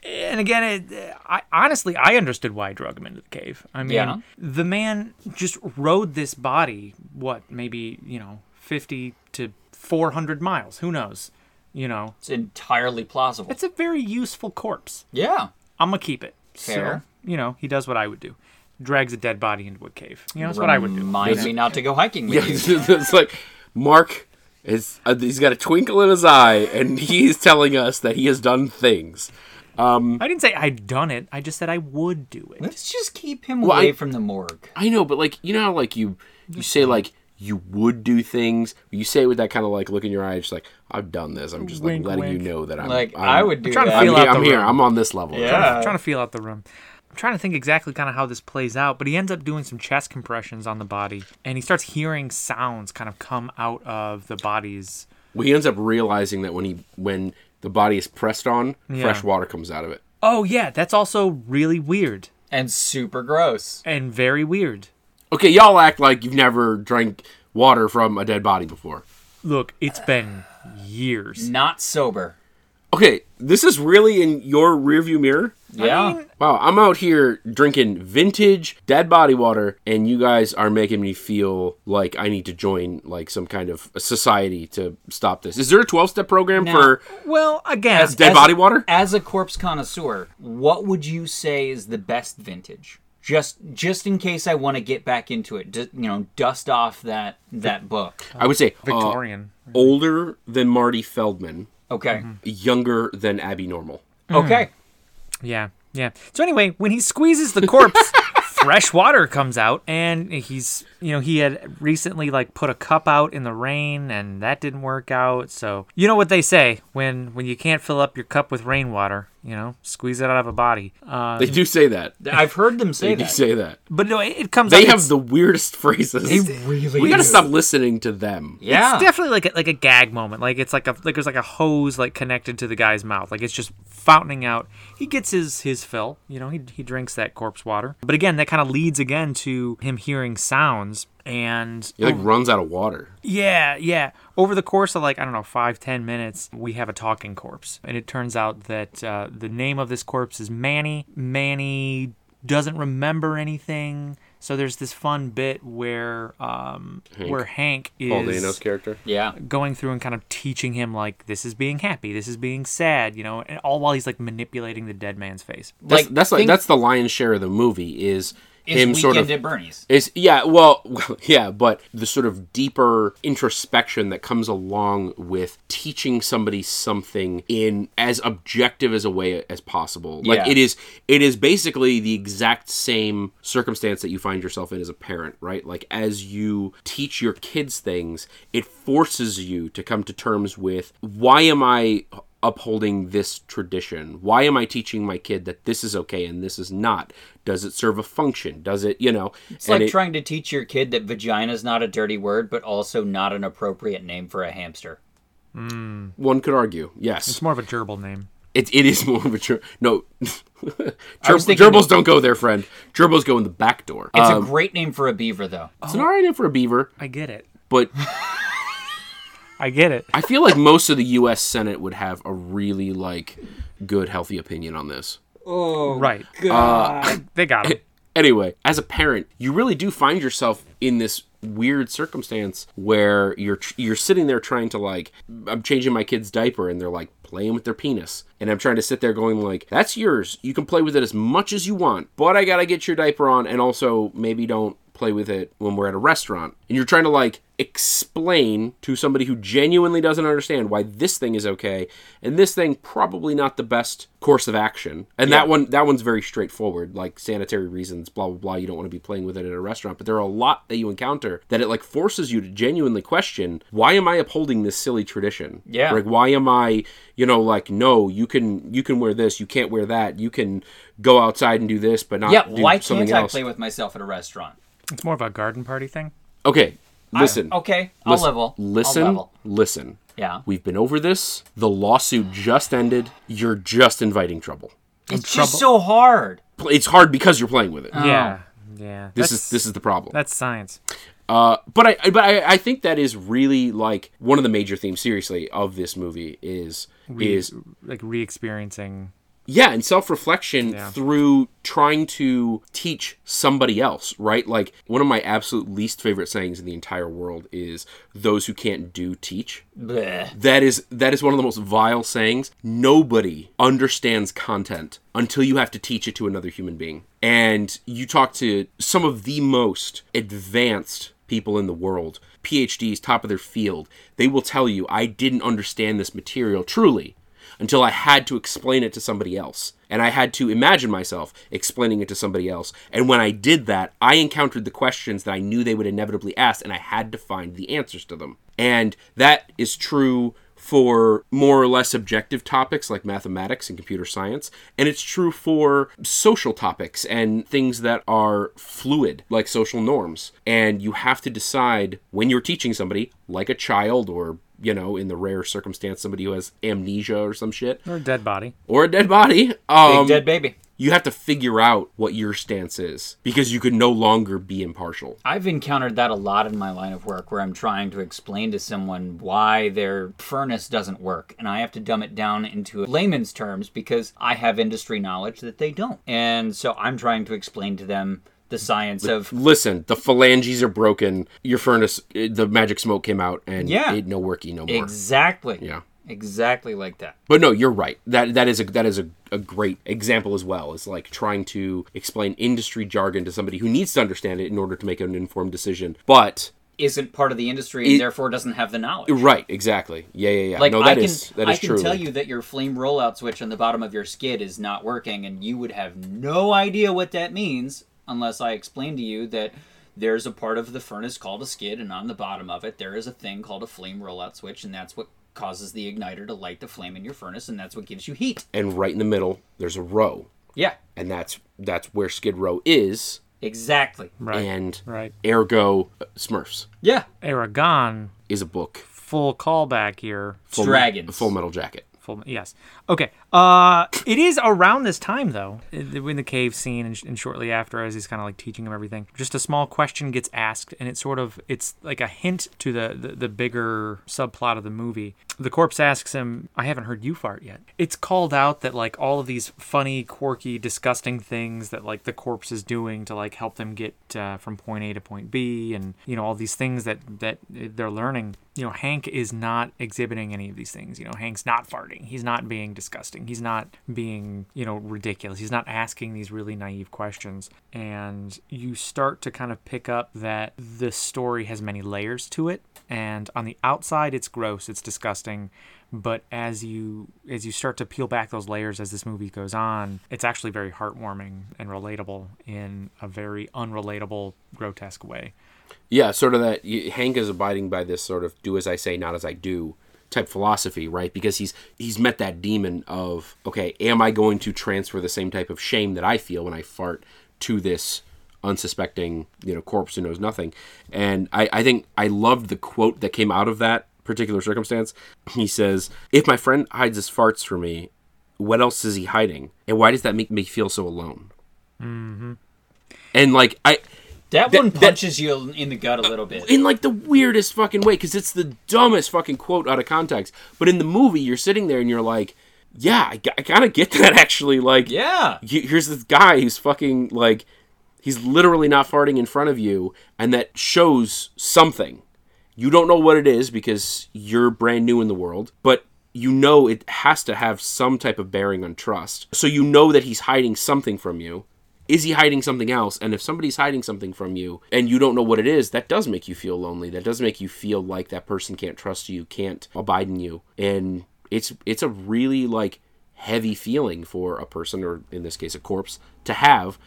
Speaker 4: and again, it, I honestly I understood why I drug him into the cave. I mean,
Speaker 3: Yeah.
Speaker 4: the man just rode this body what maybe you know fifty to four hundred miles. Who knows? You know,
Speaker 3: It's entirely plausible.
Speaker 4: it's a very useful corpse.
Speaker 3: yeah.
Speaker 4: I'm gonna keep it.
Speaker 3: Fair.
Speaker 4: So, you know, he does what I would do. Drags a dead body into a cave. You know, that's what I would do.
Speaker 3: Remind me not to go hiking with
Speaker 1: Yeah,
Speaker 3: you.
Speaker 1: it's, it's like Mark is uh, he's got a twinkle in his eye and he's telling us that he has done things.
Speaker 4: I didn't say I'd done it. I just said I would do it.
Speaker 3: Let's just keep him
Speaker 1: Well,
Speaker 3: away
Speaker 1: I-
Speaker 3: from the morgue.
Speaker 1: I know, but like you know how like you you say like you would do things, you say it with that kind of like look in your eye, just like I've done this. I'm just like
Speaker 4: Wink,
Speaker 1: letting
Speaker 4: wink.
Speaker 1: you know that I'm
Speaker 3: Like,
Speaker 1: I'm,
Speaker 3: i would do
Speaker 4: trying to
Speaker 3: that.
Speaker 1: I'm,
Speaker 4: feel
Speaker 1: here,
Speaker 4: out the
Speaker 1: I'm here.
Speaker 4: room.
Speaker 1: I'm on this level.
Speaker 4: I'm
Speaker 3: yeah.
Speaker 4: trying to feel out the room. I'm trying to think exactly kind of how this plays out, but he ends up doing some chest compressions on the body, and he starts hearing sounds kind of come out of the body's.
Speaker 1: Well, he ends up realizing that when he when the body is pressed on, fresh water comes out of it.
Speaker 4: Oh yeah, that's also really weird
Speaker 3: And super gross.
Speaker 4: and very weird.
Speaker 1: Okay, y'all act like you've never drank water from a dead body before.
Speaker 4: Look, it's been years.
Speaker 3: Not sober.
Speaker 1: Okay, this is really in your rearview mirror.
Speaker 3: Yeah.
Speaker 1: Wow, I'm out here drinking vintage dead body water, and you guys are making me feel like I need to join like some kind of a society to stop this. Is there a 12 step program
Speaker 3: No.
Speaker 1: for
Speaker 4: Well, again,
Speaker 3: As-
Speaker 1: dead
Speaker 3: as-
Speaker 1: body water?
Speaker 3: As a corpse connoisseur, what would you say is the best vintage? Just just in case I want to get back into it, just, you know, dust off that that book.
Speaker 1: I would say uh,
Speaker 4: Victorian.
Speaker 1: older than Marty Feldman,
Speaker 3: Okay.
Speaker 4: Mm-hmm.
Speaker 1: younger than Abby Normal.
Speaker 3: Okay.
Speaker 4: Yeah, yeah. So anyway, when he squeezes the corpse, fresh water comes out, and he's you know he had recently like put a cup out in the rain, and that didn't work out. So you know what they say when when you can't fill up your cup with rainwater, you know, squeeze it out of a body. Uh,
Speaker 3: Um,
Speaker 1: They do say that. They
Speaker 3: I've heard them say
Speaker 1: do
Speaker 3: that.
Speaker 1: say that.
Speaker 4: but no, it, it comes.
Speaker 1: They have
Speaker 4: out, it's-
Speaker 1: the weirdest phrases.
Speaker 3: really
Speaker 1: we gotta
Speaker 3: do.
Speaker 1: stop listening to them.
Speaker 3: Yeah.
Speaker 4: It's definitely like a, like a gag moment. Like it's like a like there's like a hose like connected to the guy's mouth. Like it's just fountaining out. He gets his his fill. You know, he he drinks that corpse water. But again, that kind of leads again to him hearing sounds and
Speaker 1: It like runs out of water.
Speaker 4: yeah, yeah. Over the course of like I don't know five ten minutes, we have a talking corpse, and it turns out that uh, the name of this corpse is Manny. Manny doesn't remember anything. So there's this fun bit where um, where Hank is
Speaker 1: Paul Dano's character.
Speaker 3: yeah.
Speaker 4: going through and kind of teaching him like this is being happy, this is being sad, you know, and all while he's like manipulating the dead man's face.
Speaker 1: That's
Speaker 3: Like,
Speaker 1: that's like
Speaker 3: think-
Speaker 1: that's the lion's share of the movie is
Speaker 3: It's
Speaker 1: him
Speaker 3: weekend
Speaker 1: sort of
Speaker 3: at Bernie's.
Speaker 1: Is yeah, well, well, yeah, but the sort of deeper introspection that comes along with teaching somebody something in as objective as a way as possible. Like
Speaker 3: Yeah.
Speaker 1: it is, it is basically the exact same circumstance that you find yourself in as a parent, right? Like as you teach your kids things, it forces you to come to terms with why am I upholding this tradition? Why am I teaching my kid that this is okay and this is not? Does it serve a function? Does it, you know?
Speaker 3: It's like trying to teach your kid that vagina's not a dirty word, but also not an appropriate name for a hamster.
Speaker 1: one could argue, yes,
Speaker 4: It's more of a gerbil name.
Speaker 1: it, it is more of a ger- no. Ger-
Speaker 3: was thinking-
Speaker 1: gerbils don't go there, friend. Gerbils go in the back door.
Speaker 3: It's
Speaker 1: Um, uh,
Speaker 3: a great name for a beaver, though.
Speaker 1: it's an alright name for a beaver,
Speaker 4: I get it.
Speaker 1: but
Speaker 4: I get it.
Speaker 1: I feel like most of the U.S. Senate would have a really like good, healthy opinion on this. Oh,
Speaker 4: Right. Uh, they got him.
Speaker 1: Anyway, as a parent, you really do find yourself in this weird circumstance where you're tr- you're sitting there trying to like I'm changing my kid's diaper and they're like playing with their penis and I'm trying to sit there going like that's yours. You can play with it as much as you want, but I got to get your diaper on and also maybe don't play with it when we're at a restaurant. And you're trying to like explain to somebody who genuinely doesn't understand why this thing is okay and this thing probably not the best course of action. And that one that one's very straightforward, like sanitary reasons, blah blah blah, you don't want to be playing with it at a restaurant, but there are a lot that you encounter that it like forces you to genuinely question, why am I upholding this silly tradition?
Speaker 3: Yeah.
Speaker 1: Like why am I, you know, like no, you can you can wear this, you can't wear that, you can go outside and do this, but not
Speaker 3: Yeah,
Speaker 1: do
Speaker 3: why
Speaker 1: something
Speaker 3: can't I
Speaker 1: else.
Speaker 3: play with myself at a restaurant?
Speaker 4: It's more of a garden party thing.
Speaker 1: okay. Listen.
Speaker 3: Okay, I'll
Speaker 1: Listen-
Speaker 3: level. I'll
Speaker 1: Listen,
Speaker 3: level.
Speaker 1: listen.
Speaker 3: Yeah.
Speaker 1: We've been over this. The lawsuit just ended. You're just inviting trouble.
Speaker 3: It's just so hard.
Speaker 1: Pl- It's hard because you're playing with it.
Speaker 4: Yeah. Yeah.
Speaker 1: Oh. This is this is the problem.
Speaker 4: Uh,
Speaker 1: Uh,
Speaker 4: that's science.
Speaker 1: but I I- but I, I think that is really like one of the major themes seriously of this movie is is
Speaker 4: Like re-experiencing.
Speaker 1: yeah and self-reflection through trying to teach somebody else right like one of my absolute least favorite sayings in the entire world is those who can't do teach
Speaker 3: Bleh.
Speaker 1: That is that is one of the most vile sayings. Nobody understands content until you have to teach it to another human being. And you talk to some of the most advanced people in the world, PhDs, top of their field. They will tell you, "I didn't understand this material truly until I had to explain it to somebody else." And I had to imagine myself explaining it to somebody else. And when I did that, I encountered the questions that I knew they would inevitably ask, and I had to find the answers to them. And that is true for more or less objective topics like mathematics and computer science. And it's true for social topics and things that are fluid, like social norms. And you have to decide when you're teaching somebody, like a child or you know, in the rare circumstance, somebody who has amnesia or some shit,
Speaker 4: Or a dead body.
Speaker 1: or a dead body.
Speaker 3: Big
Speaker 1: Um,
Speaker 3: dead baby.
Speaker 1: you have to figure out what your stance is because you can no longer be impartial.
Speaker 3: I've encountered that a lot in my line of work where I'm trying to explain to someone why their furnace doesn't work and I have to dumb it down into layman's terms because I have industry knowledge that they don't. And so I'm trying to explain to them the science of
Speaker 1: Listen, the phalanges are broken. Your furnace, eh, the magic smoke came out, and
Speaker 3: Yeah.
Speaker 1: it no worky no more.
Speaker 3: exactly.
Speaker 1: Yeah.
Speaker 3: Exactly like that.
Speaker 1: But no, you're right. That that is a that is a, a great example as well. Is like trying to explain industry jargon to somebody who needs to understand it in order to make an informed decision. But
Speaker 3: Isn't part of the industry and therefore doesn't have the knowledge.
Speaker 1: right, exactly. Yeah, yeah, yeah.
Speaker 3: Like
Speaker 1: no,
Speaker 3: I
Speaker 1: that
Speaker 3: can,
Speaker 1: is that
Speaker 3: I
Speaker 1: is
Speaker 3: can
Speaker 1: true.
Speaker 3: tell you that your flame rollout switch on the bottom of your skid is not working, and you would have no idea what that means unless I explain to you that there's a part of the furnace called a skid, and on the bottom of it there is a thing called a flame rollout switch, and that's what causes the igniter to light the flame in your furnace, and that's what gives you heat.
Speaker 1: And right in the middle, there's a row,
Speaker 3: Yeah,
Speaker 1: and that's that's where Skid Row is,
Speaker 3: exactly.
Speaker 4: Right.
Speaker 1: and
Speaker 4: Right.
Speaker 1: ergo uh, Smurfs
Speaker 3: Yeah,
Speaker 4: Aragon,
Speaker 1: is a book.
Speaker 4: full callback here.
Speaker 1: Full
Speaker 3: Dragons.
Speaker 1: Full Metal Jacket.
Speaker 4: Full, yes. Okay. Uh, it is around this time though, in the cave scene, and, and shortly after, as he's kind of like teaching him everything. Just a small question gets asked, and it's sort of it's like a hint to the, the the bigger subplot of the movie. The corpse asks him, "I haven't heard you fart yet." It's called out that like all of these funny, quirky, disgusting things that like the corpse is doing to like help them get uh, from point A to point B, and you know all these things that that they're learning. You know, Hank is not exhibiting any of these things. You know, Hank's not farting. He's not being disgusting. He's not being you know ridiculous. He's not asking these really naive questions. And you start to kind of pick up that this story has many layers to it. And on the outside, it's gross. It's disgusting but as you as you start to peel back those layers as this movie goes on it's actually very heartwarming and relatable in a very unrelatable grotesque way
Speaker 1: Yeah, sort of that. You, Hank is abiding by this sort of "do as I say, not as I do" type philosophy, right? Because he's he's met that demon of okay, am I going to transfer the same type of shame that I feel when I fart to this unsuspecting you know corpse who knows nothing? And I, I think I loved the quote that came out of that particular circumstance. He says, "If my friend hides his farts from me, what else is he hiding? And why does that make me feel so alone?" Mm-hmm. And like I.
Speaker 3: That,
Speaker 1: That-
Speaker 3: one
Speaker 1: that- Oh,
Speaker 3: punches you in the gut a little bit.
Speaker 1: in like the weirdest fucking way because it's the dumbest fucking quote out of context. But in the movie, you're sitting there and you're like, yeah, I, g- I kind of get that actually. Like,
Speaker 3: Yeah.
Speaker 1: he- here's this guy who's fucking like, he's literally not farting in front of you, and that shows something. You don't know what it is because you're brand new in the world, but you know it has to have some type of bearing on trust. So you know that he's hiding something from you. Is he hiding something else? And if somebody's hiding something from you and you don't know what it is, that does make you feel lonely. That does make you feel like that person can't trust you, can't abide in you. And it's it's a really like heavy feeling for a person or in this case a corpse to have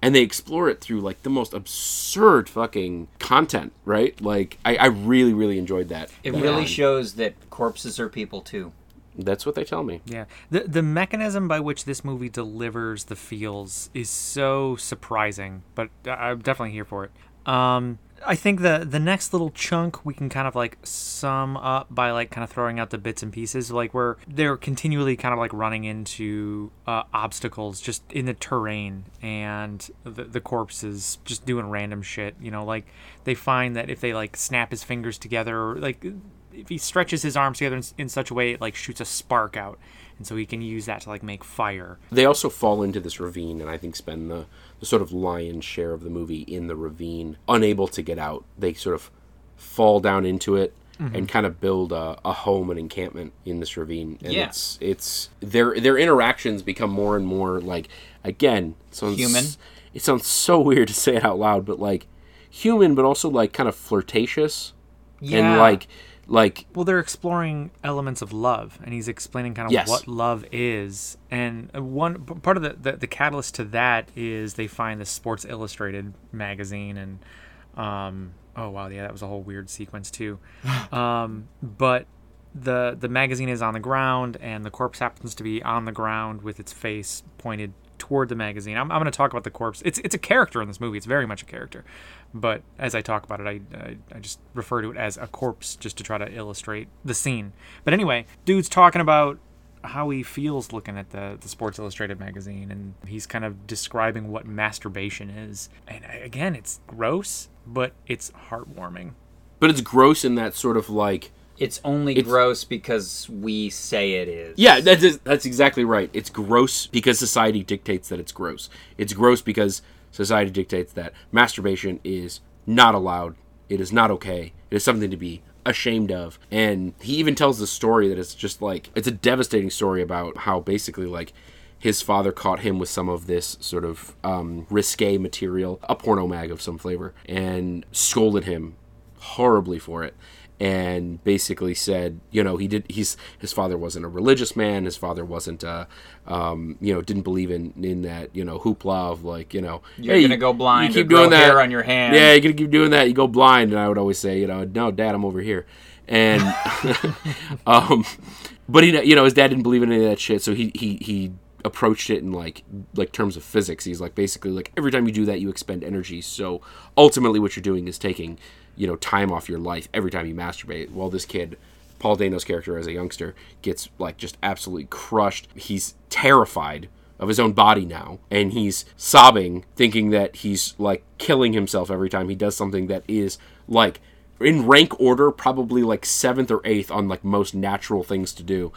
Speaker 1: and they explore it through like the most absurd fucking content, right? Like I, I really, really enjoyed that.
Speaker 3: It
Speaker 1: that
Speaker 3: really
Speaker 1: one.
Speaker 3: shows that corpses are people too.
Speaker 1: That's what they tell me.
Speaker 4: yeah the the mechanism by which this movie delivers the feels is so surprising but I- i'm definitely here for it um I think the the next little chunk we can kind of like sum up by like kind of throwing out the bits and pieces like where they're continually kind of like running into uh, obstacles just in the terrain and the, the corpse is just doing random shit you know like they find that if they like snap his fingers together or like if he stretches his arms together in, s- in such a way it like shoots a spark out and so he can use that to like make fire
Speaker 1: They also fall into this ravine and I think spend the, the sort of lion's share of the movie in the ravine, unable to get out. They sort of fall down into it
Speaker 3: Mm-hmm.
Speaker 1: and kind of build a, a home and encampment in this ravine. And
Speaker 3: Yeah.
Speaker 1: it's it's their their interactions become more and more like again, it sounds
Speaker 3: Human.
Speaker 1: It sounds so weird to say it out loud, but like human but also like kind of flirtatious. and like like
Speaker 4: well they're exploring elements of love and he's explaining kind of
Speaker 1: Yes.
Speaker 4: what love is and one p- part of the, the the catalyst to that is they find the sports illustrated magazine and um oh wow yeah that was a whole weird sequence too um but the the magazine is on the ground and the corpse happens to be on the ground with its face pointed toward the magazine. I'm, I'm going to talk about the corpse. It's it's a character in this movie. It's very much a character, but as I talk about it, I, I I just refer to it as a corpse just to try to illustrate the scene. But anyway, dude's talking about how he feels looking at the, the Sports Illustrated magazine, and he's kind of describing what masturbation is. And I- again, it's gross, but it's heartwarming.
Speaker 1: But it's gross in that sort of like
Speaker 3: It's only gross because we say it is.
Speaker 1: Yeah, that is, that's exactly right. It's gross because society dictates that it's gross. It's gross because society dictates that masturbation is not allowed. It is not okay. It is something to be ashamed of. And he even tells the story that it's just like it's a devastating story about how basically like his father caught him with some of this sort of um, risque material, a porno mag of some flavor, and scolded him horribly for it and basically said you know he did he's his father wasn't a religious man his father wasn't uh um you know didn't believe in in that you know hoopla of like you know
Speaker 3: You're gonna go blind or grow hair on your hand."
Speaker 1: yeah you're gonna keep doing that you go blind and i would always say you know no dad i'm over here and um but he you know his dad didn't believe in any of that shit so he he he approached it in like like terms of physics he's like basically like every time you do that you expend energy so ultimately what you're doing is taking you know time off your life every time you masturbate well this kid paul dano's character as a youngster gets like just absolutely crushed he's terrified of his own body now and he's sobbing thinking that he's like killing himself every time he does something that is like in rank order probably like seventh or eighth on like most natural things to do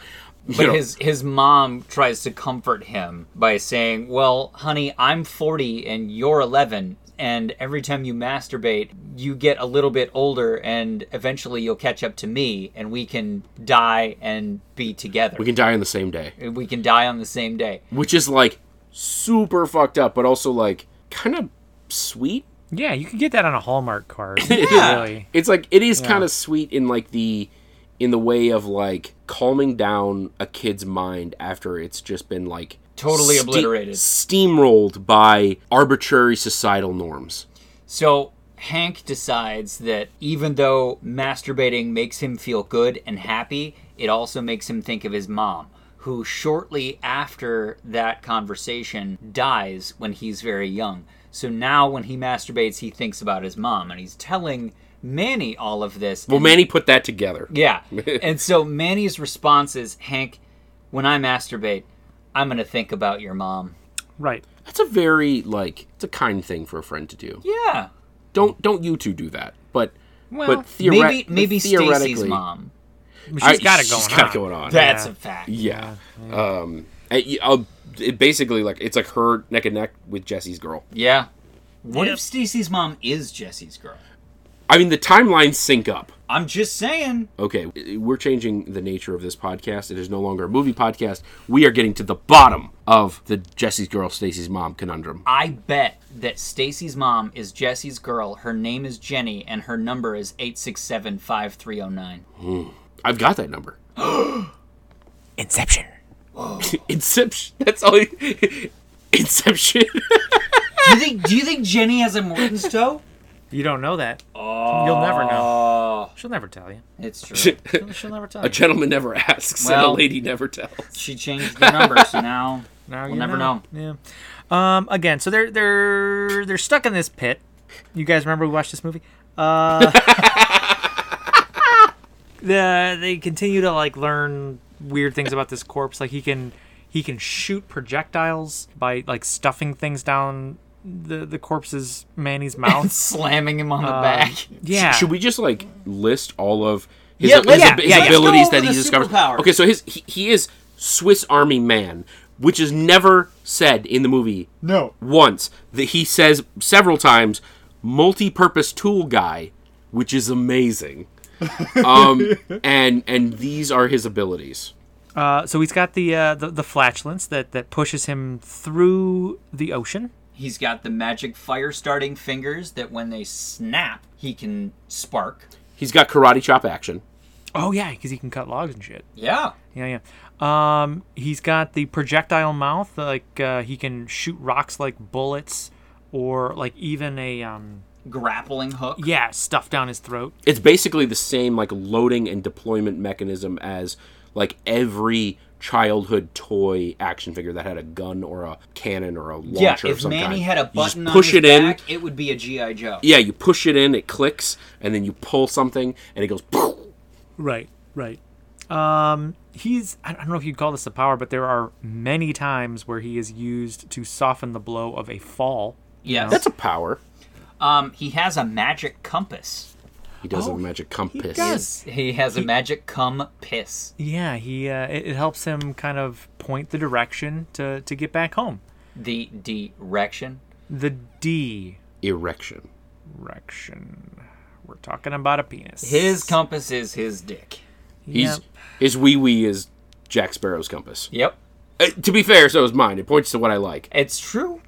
Speaker 1: You
Speaker 3: But
Speaker 1: know,
Speaker 3: his his mom tries to comfort him by saying, "Well, honey, I'm 40 and you're 11, and every time you masturbate, you get a little bit older and eventually you'll catch up to me and we can die and be together.
Speaker 1: we can die on the same day
Speaker 3: we can die on the same day."
Speaker 1: which is like super fucked up but also like kind of sweet
Speaker 4: Yeah, you could get that on a Hallmark card. Really.
Speaker 1: it's like it is kind of sweet in like the in the way of like calming down a kid's mind after it's just been like
Speaker 3: Totally
Speaker 1: ste-
Speaker 3: obliterated.
Speaker 1: steamrolled by arbitrary societal norms
Speaker 3: So Hank decides that even though masturbating makes him feel good and happy, it also makes him think of his mom, who shortly after that conversation dies when he's very young. So now when he masturbates, he thinks about his mom, and he's telling Manny all of this.
Speaker 1: well manny put that together
Speaker 3: Yeah. and so Manny's response is Hank, when I masturbate, I'm going to think about your mom.
Speaker 4: Right.
Speaker 1: that's a very like it's a kind thing for a friend to do
Speaker 3: Yeah.
Speaker 1: don't don't you two do that but
Speaker 4: Well,
Speaker 1: but theore-
Speaker 3: maybe
Speaker 1: but
Speaker 3: maybe Stacy's
Speaker 1: theoretically-
Speaker 3: mom.
Speaker 4: She's
Speaker 1: I-
Speaker 4: got it going
Speaker 1: she's
Speaker 4: on.
Speaker 1: got it going on
Speaker 3: That's
Speaker 4: Yeah.
Speaker 3: a fact.
Speaker 1: yeah, um I- I'll- it basically like it's like her neck and neck with jesse's girl
Speaker 3: Yeah. What if Stacy's mom is Jesse's girl?
Speaker 1: i mean the timelines sync up
Speaker 3: I'm just saying.
Speaker 1: okay, we're changing the nature of this podcast. It is no longer a movie podcast. We are getting to the bottom of the Jesse's girl, Stacy's mom conundrum.
Speaker 3: I bet that Stacy's mom is Jesse's girl. Her name is Jenny, and her number is eight six seven five three zero nine.
Speaker 1: I've got that number.
Speaker 4: Inception.
Speaker 1: Inception. That's all. I- Inception.
Speaker 3: Do you think? Do you think Jenny has a Morton's toe?
Speaker 4: You don't know that. You'll never know.
Speaker 3: Oh,
Speaker 4: She'll never tell you.
Speaker 3: it's true.
Speaker 4: She'll never tell
Speaker 1: a
Speaker 4: you.
Speaker 1: gentleman never asks, and a
Speaker 3: Well-
Speaker 1: lady never tells.
Speaker 3: She changed the number, so now
Speaker 4: Now
Speaker 3: we'll
Speaker 4: you
Speaker 3: never know.
Speaker 4: Yeah. Um. Again, so they're they're they're stuck in this pit. You guys remember we watched this movie? Uh. the they continue to like learn weird things about this corpse. Like he can he can shoot projectiles by like stuffing things down the the corpse's Manny's mouth.
Speaker 3: slamming him on the back.
Speaker 4: yeah.
Speaker 1: Should we just like list all of his,
Speaker 3: Ah. Yeah,
Speaker 1: his,
Speaker 3: let's-
Speaker 1: ab-
Speaker 3: yeah,
Speaker 1: his
Speaker 3: yeah, yeah.
Speaker 1: abilities
Speaker 3: Let's go
Speaker 1: that
Speaker 3: over
Speaker 1: he
Speaker 3: the
Speaker 1: discovers?
Speaker 3: superpowers.
Speaker 1: Okay, so his he, he is Swiss Army Man, which is never said in the movie
Speaker 5: No.
Speaker 1: once. That he says several times, multi-purpose tool guy, which is amazing. um, and and these are his abilities.
Speaker 4: Uh, so he's got the, uh, the the flatulence that that pushes him through the ocean.
Speaker 3: He's got the magic fire starting fingers that when they snap, he can spark.
Speaker 1: He's got karate chop action.
Speaker 4: Oh yeah, because he can cut logs and shit.
Speaker 3: Yeah.
Speaker 4: Yeah, yeah. Um, he's got the projectile mouth. Like uh, he can shoot rocks like bullets, or like even a um,
Speaker 3: Grappling hook.
Speaker 4: yeah, stuff down his throat.
Speaker 1: It's basically the same like loading and deployment mechanism as like every childhood toy action figure that had a gun or a cannon or a launcher
Speaker 3: Yeah,
Speaker 1: of
Speaker 3: if
Speaker 1: some
Speaker 3: Manny
Speaker 1: kind.
Speaker 3: had a
Speaker 1: You just
Speaker 3: button on
Speaker 1: push
Speaker 3: his
Speaker 1: it in.
Speaker 3: back, it would be a GI Joe.
Speaker 1: Yeah, you push it in, it clicks, and then you pull something, and it goes.
Speaker 4: Right, right. Um, he's I don't know if you'd call this a power, but there are many times where he is used to soften the blow of a fall.
Speaker 3: Yes.
Speaker 1: That's a power.
Speaker 3: um, he has a magic compass.
Speaker 1: He does have
Speaker 4: Oh,
Speaker 1: a magic compass.
Speaker 4: does.
Speaker 3: He has a magic cum piss.
Speaker 4: Yeah, he uh, it, it helps him kind of point the direction to to get back home.
Speaker 3: The direction.
Speaker 4: The direction.
Speaker 1: Erection.
Speaker 4: We're talking about a penis.
Speaker 3: His compass is his dick.
Speaker 1: He's
Speaker 4: Yep.
Speaker 1: his wee wee is Jack Sparrow's compass.
Speaker 3: Yep.
Speaker 1: Uh, to be fair, so is mine. It points to what I like.
Speaker 3: It's true.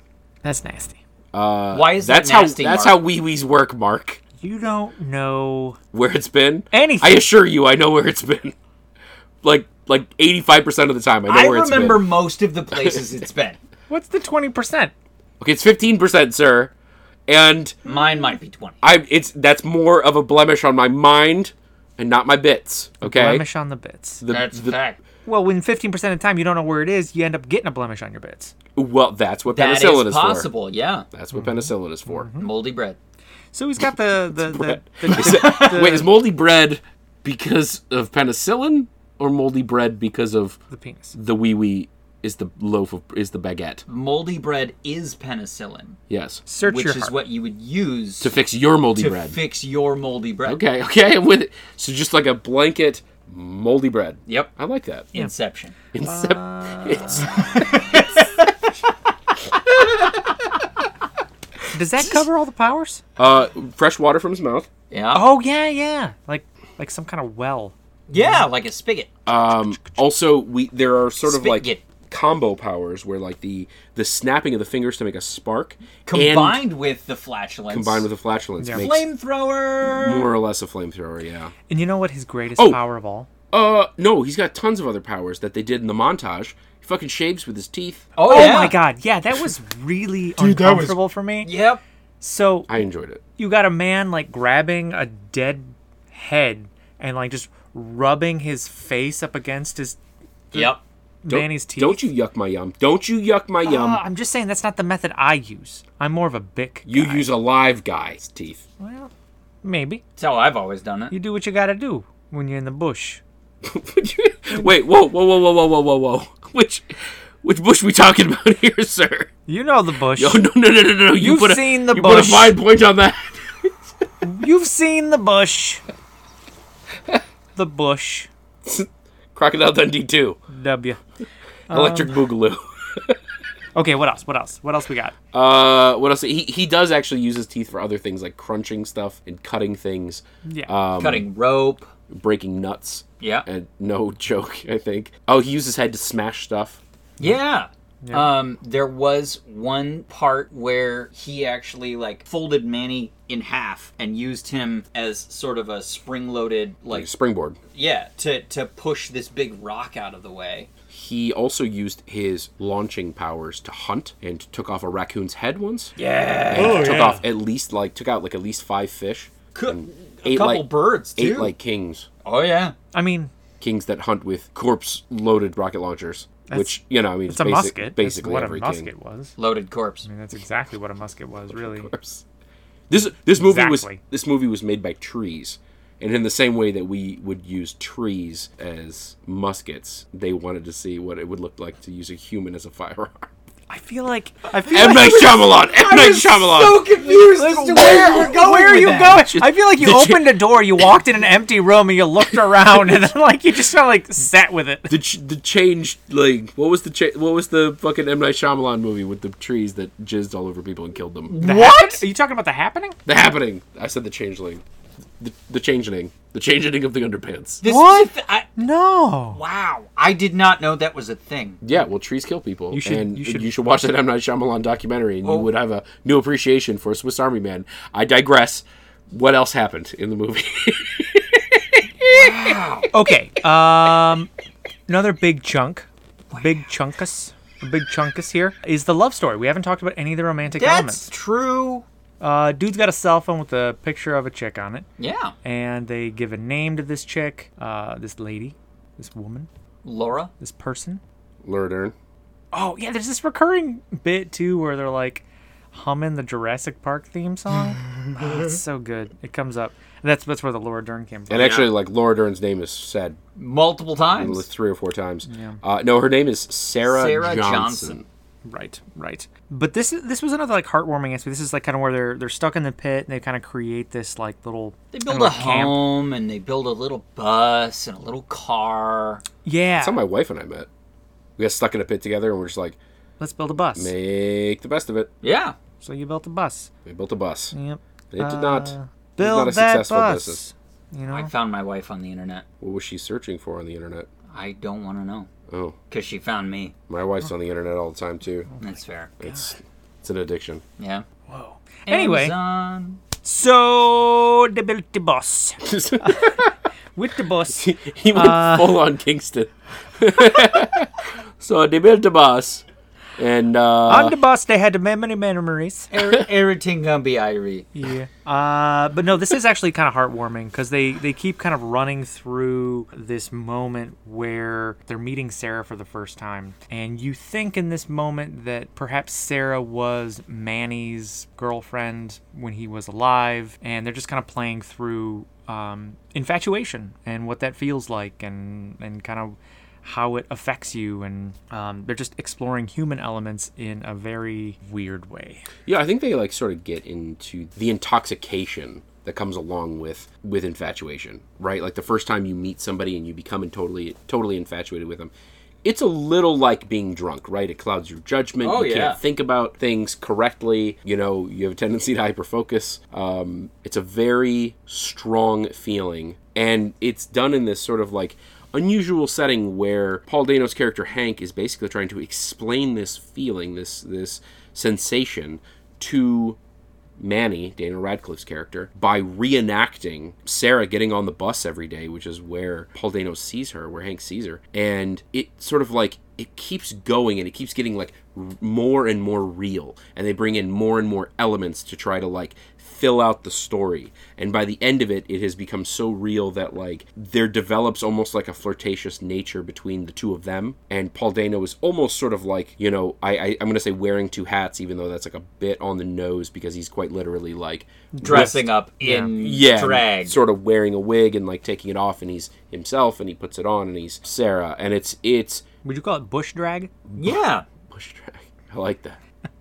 Speaker 4: That's nasty.
Speaker 3: Why is
Speaker 1: Uh, That's
Speaker 3: that
Speaker 1: how
Speaker 3: nasty?
Speaker 1: that's how
Speaker 3: Mark?
Speaker 1: wee wees work, Mark.
Speaker 4: You don't know
Speaker 1: Where it's been.
Speaker 4: Anything.
Speaker 1: I assure you, I know where it's been. Like like eighty five percent of the time, I know
Speaker 3: I
Speaker 1: where it's been.
Speaker 3: remember most of the places it's been.
Speaker 4: what's the twenty percent.
Speaker 1: Okay, it's fifteen percent, sir, and
Speaker 3: Mine might be twenty.
Speaker 1: I it's that's more of a blemish on my mind and not my bits. Okay,
Speaker 4: Blemish on the bits.
Speaker 1: The-
Speaker 3: That's
Speaker 1: the-
Speaker 3: fact.
Speaker 4: Well, when fifteen percent of the time you don't know where it is, you end up getting a blemish on your bits.
Speaker 1: well, that's what
Speaker 3: That
Speaker 1: penicillin
Speaker 3: is
Speaker 1: is,
Speaker 3: possible. Yeah.
Speaker 1: for. That's what penicillin is for.
Speaker 3: Moldy bread.
Speaker 4: So he's got the the, the, the,
Speaker 1: Wait, is moldy bread because of penicillin or moldy bread because of
Speaker 4: the penis.
Speaker 1: the wee wee? Is the loaf of is the baguette?
Speaker 3: Moldy bread is penicillin,
Speaker 1: Yes,
Speaker 4: Search
Speaker 3: which
Speaker 4: your
Speaker 3: is
Speaker 4: heart.
Speaker 3: what you would use
Speaker 1: to fix your moldy
Speaker 3: to
Speaker 1: bread.
Speaker 3: fix your moldy bread.
Speaker 1: okay, okay, I'm with it. So just like a blanket moldy bread.
Speaker 3: Yep.
Speaker 1: I like that.
Speaker 3: Inception.
Speaker 1: Incep- it's-
Speaker 4: Does that cover all the powers?
Speaker 1: uh, fresh water from his mouth.
Speaker 3: Yeah.
Speaker 4: Oh yeah, yeah. Like like some kind of well.
Speaker 3: Yeah, like a spigot.
Speaker 1: Um, also, we there are sort of like
Speaker 3: Spigot.
Speaker 1: combo powers where like the the snapping of the fingers to make a spark and
Speaker 3: combined with the flatulence.
Speaker 1: combined with a flatulence makes
Speaker 3: flamethrower.
Speaker 1: more or less a flamethrower. Yeah.
Speaker 4: And you know what his greatest
Speaker 1: Oh.
Speaker 4: power of all?
Speaker 1: Uh, no, he's got tons of other powers that they did in the montage. He fucking shaves with his teeth.
Speaker 3: Oh,
Speaker 4: Oh
Speaker 3: yeah.
Speaker 4: my god, yeah, that was really
Speaker 2: that was-
Speaker 4: uncomfortable for me.
Speaker 3: Yep.
Speaker 4: So
Speaker 1: I enjoyed it.
Speaker 4: you got a man like grabbing a dead head and like just rubbing his face up against his
Speaker 3: Yep.
Speaker 4: Manny's teeth.
Speaker 1: Don't you yuck my yum? Don't you yuck my yum?
Speaker 3: Ah,
Speaker 4: Uh, I'm just saying that's not the method I use. I'm more of a bic.
Speaker 1: you
Speaker 4: guy.
Speaker 1: use a live guy's teeth.
Speaker 4: well, maybe
Speaker 3: That's how I've always done
Speaker 4: you
Speaker 3: it.
Speaker 4: do what you gotta do when you're in the bush.
Speaker 1: Wait, whoa, whoa, whoa, whoa, whoa, whoa, whoa, whoa. Which, which bush we talking about here, sir?
Speaker 4: You know the bush.
Speaker 1: Oh no, no, no, no, no! You
Speaker 4: You've
Speaker 1: put a,
Speaker 4: seen the
Speaker 1: you put
Speaker 4: bush.
Speaker 1: a fine point on that.
Speaker 4: You've seen the bush. the bush.
Speaker 1: Crocodile Dundee two,
Speaker 4: W. Uh-huh.
Speaker 1: Electric Boogaloo.
Speaker 4: Okay, what else? What else? What else we got?
Speaker 1: Uh, what else? He he does actually use his teeth for other things like crunching stuff and cutting things,
Speaker 4: Yeah.
Speaker 1: Uh,
Speaker 3: Cutting rope.
Speaker 1: breaking nuts.
Speaker 3: Yeah.
Speaker 1: And no joke, I think. Oh, he uses his head to smash stuff.
Speaker 3: Yeah. Um, there was one part where he actually like folded Manny in half and used him as sort of a spring-loaded
Speaker 1: Like
Speaker 3: like
Speaker 1: springboard.
Speaker 3: yeah to to push this big rock out of the way.
Speaker 1: He also used his launching powers to hunt and took off a raccoon's head once.
Speaker 3: Yeah,
Speaker 1: And
Speaker 2: Oh,
Speaker 1: took
Speaker 2: yeah.
Speaker 1: off at least like took out like at least five fish.
Speaker 3: Cou-
Speaker 1: and
Speaker 3: a
Speaker 1: ate
Speaker 3: couple
Speaker 1: like
Speaker 3: birds too.
Speaker 1: eight like kings.
Speaker 3: oh yeah,
Speaker 4: I mean,
Speaker 1: Kings that hunt with corpse loaded rocket launchers. which you know, I mean,
Speaker 4: it's a
Speaker 1: basic-
Speaker 4: musket. That's
Speaker 1: Basically,
Speaker 4: what
Speaker 1: every
Speaker 4: a musket
Speaker 1: king.
Speaker 4: was.
Speaker 3: loaded corpse.
Speaker 4: I mean, that's exactly what a musket was, really.
Speaker 1: This this movie was
Speaker 4: Exactly.
Speaker 1: this movie was made by trees, and in the same way that we would use trees as muskets, they wanted to see what it would look like to use a human as a firearm.
Speaker 4: I feel like I feel
Speaker 1: M Night
Speaker 4: like
Speaker 1: Shyamalan, M Night Shyamalan.
Speaker 3: So confused as to where we're going.
Speaker 4: Where are
Speaker 3: with
Speaker 4: you
Speaker 3: that.
Speaker 4: going? I feel like you opened a door, you walked in an empty room, and you looked around, and then like you just kind of like sat with it.
Speaker 1: the ch- the change like what was the cha- what was the fucking M Night Shyamalan movie with the trees that jizzed all over people and killed them?
Speaker 4: The what? Are you talking about the happening?
Speaker 1: The Happening. I said the Changeling, the, the Changeling, the Changeling of the Underpants.
Speaker 3: This
Speaker 4: What?
Speaker 3: is a th- I-
Speaker 4: No.
Speaker 3: wow, I did not know that was a thing.
Speaker 1: Yeah, well, trees kill people,
Speaker 4: You should-
Speaker 1: and
Speaker 4: you should-
Speaker 1: watch that M Night Shyamalan documentary, and you would have a new appreciation for Swiss Army Man. I digress. What else happened in the movie?
Speaker 4: Okay. Um, another big chunk, big chunkus, big chunkus here is the love story. We haven't talked about any of the romantic elements.
Speaker 3: That's true.
Speaker 4: Uh, dude's got a cell phone with a picture of a chick on it,
Speaker 3: Yeah,
Speaker 4: and they give a name to this chick, uh, this lady, this woman,
Speaker 3: Laura.
Speaker 4: this person.
Speaker 1: Lord Ern.
Speaker 4: Oh yeah, there's this recurring bit too where they're like, humming the Jurassic Park theme song. oh, it's so good. It comes up. And that's that's where the Laura Dern came from.
Speaker 1: And actually, like Laura Dern's name is said
Speaker 3: multiple
Speaker 1: like,
Speaker 3: times.
Speaker 1: three or four times. Uh, no, her name is Sarah,
Speaker 3: Sarah
Speaker 1: Johnson.
Speaker 3: Johnson.
Speaker 4: Right, right. But this is this was another like heartwarming aspect. This is like kind of where they're they're stuck in the pit and they kind of create this like little
Speaker 3: They
Speaker 4: I don't
Speaker 3: build
Speaker 4: know,
Speaker 3: a home and they build a little bus and a little car.
Speaker 4: Yeah.
Speaker 1: That's how my wife and I met. We got stuck in a pit together, and we're just like,
Speaker 4: Let's build a bus.
Speaker 1: make the best of it.
Speaker 3: Yeah.
Speaker 4: So you built a bus.
Speaker 1: We built a bus.
Speaker 4: Yep.
Speaker 1: And it did not.
Speaker 4: Uh,
Speaker 1: it was
Speaker 4: Build
Speaker 1: not a
Speaker 4: that
Speaker 1: successful
Speaker 4: bus.
Speaker 1: business.
Speaker 4: You know.
Speaker 3: I found my wife on the internet.
Speaker 1: What was she searching for on the internet?
Speaker 3: I don't want to know
Speaker 1: Oh,
Speaker 3: because she found me.
Speaker 1: my wife's on the internet all the time
Speaker 4: Oh,
Speaker 1: too.
Speaker 3: That's fair.
Speaker 1: It's it's an addiction.
Speaker 3: Yeah.
Speaker 4: Whoa. Anyway,
Speaker 3: Amazon.
Speaker 4: so they built the bus. With the bus.
Speaker 1: he went
Speaker 4: Uh,
Speaker 1: full on Kingston. so they built a bus, and
Speaker 4: On
Speaker 1: uh,
Speaker 4: the bus, they had many memories.
Speaker 3: Er- Everything gonna be Irie.
Speaker 4: Yeah. Uh, but no, this is actually kind of heartwarming because they, they keep kind of running through this moment where they're meeting Sarah for the first time. And you think in this moment that perhaps Sarah was Manny's girlfriend when he was alive. And they're just kind of playing through um, infatuation and what that feels like and, and kind of how it affects you. And um, they're just exploring human elements in a very weird way.
Speaker 1: yeah, I think they like sort of get into the intoxication that comes along with with infatuation, right? Like the first time you meet somebody and you become totally totally infatuated with them. It's a little like being drunk, right? It clouds your judgment.
Speaker 3: Oh,
Speaker 1: you
Speaker 3: yeah.
Speaker 1: can't think about things correctly. You know, you have a tendency to hyperfocus. Um, it's a very strong feeling, and it's done in this sort of like unusual setting where Paul Dano's character Hank is basically trying to explain this feeling, this this sensation, to Manny, Daniel Radcliffe's character, by reenacting Sarah getting on the bus every day, which is where Paul Dano sees her, where Hank sees her. And it sort of like, it keeps going and it keeps getting like r- more and more real. And they bring in more and more elements to try to like fill out the story. And by the end of it, it has become so real that like there develops almost like a flirtatious nature between the two of them. And Paul Dano is almost sort of like, you know, I, I I'm gonna say wearing two hats, even though that's like a bit on the nose because he's quite literally like
Speaker 3: Dressing up in
Speaker 1: yeah,
Speaker 3: drag.
Speaker 1: sort of wearing a wig and like taking it off and he's himself and he puts it on and he's Sarah and it's it's
Speaker 4: Would you call it bush drag?
Speaker 3: yeah.
Speaker 1: bush drag. I like that.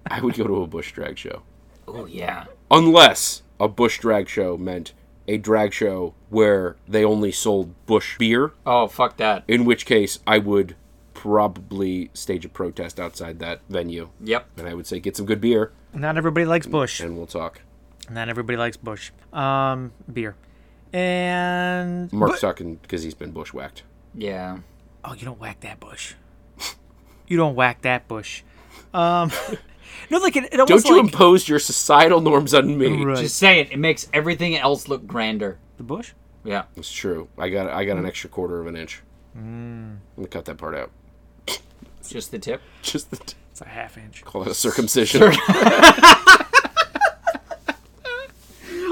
Speaker 1: I would go to a bush drag show.
Speaker 3: Oh yeah.
Speaker 1: unless a bush drag show meant a drag show where they only sold bush beer
Speaker 3: Oh fuck that.
Speaker 1: in which case i would probably stage a protest outside that venue
Speaker 3: Yep.
Speaker 1: and i would say get some good beer
Speaker 4: Not everybody likes bush.
Speaker 1: and we'll talk
Speaker 4: Not everybody likes bush. Um, beer. And
Speaker 1: mark's talking because he's been bushwhacked
Speaker 3: Yeah.
Speaker 4: oh, you don't whack that bush. you don't whack that bush. Um, no, like it, it
Speaker 1: don't
Speaker 4: almost
Speaker 1: you
Speaker 4: like
Speaker 1: impose your societal norms on me
Speaker 4: Right.
Speaker 3: Just saying, it makes everything else look grander.
Speaker 4: the bush.
Speaker 3: Yeah.
Speaker 1: it's true i got i got an extra quarter of an inch i'm gonna cut that part out
Speaker 3: Just the tip.
Speaker 1: just the t-
Speaker 4: It's a half inch.
Speaker 1: call it a circumcision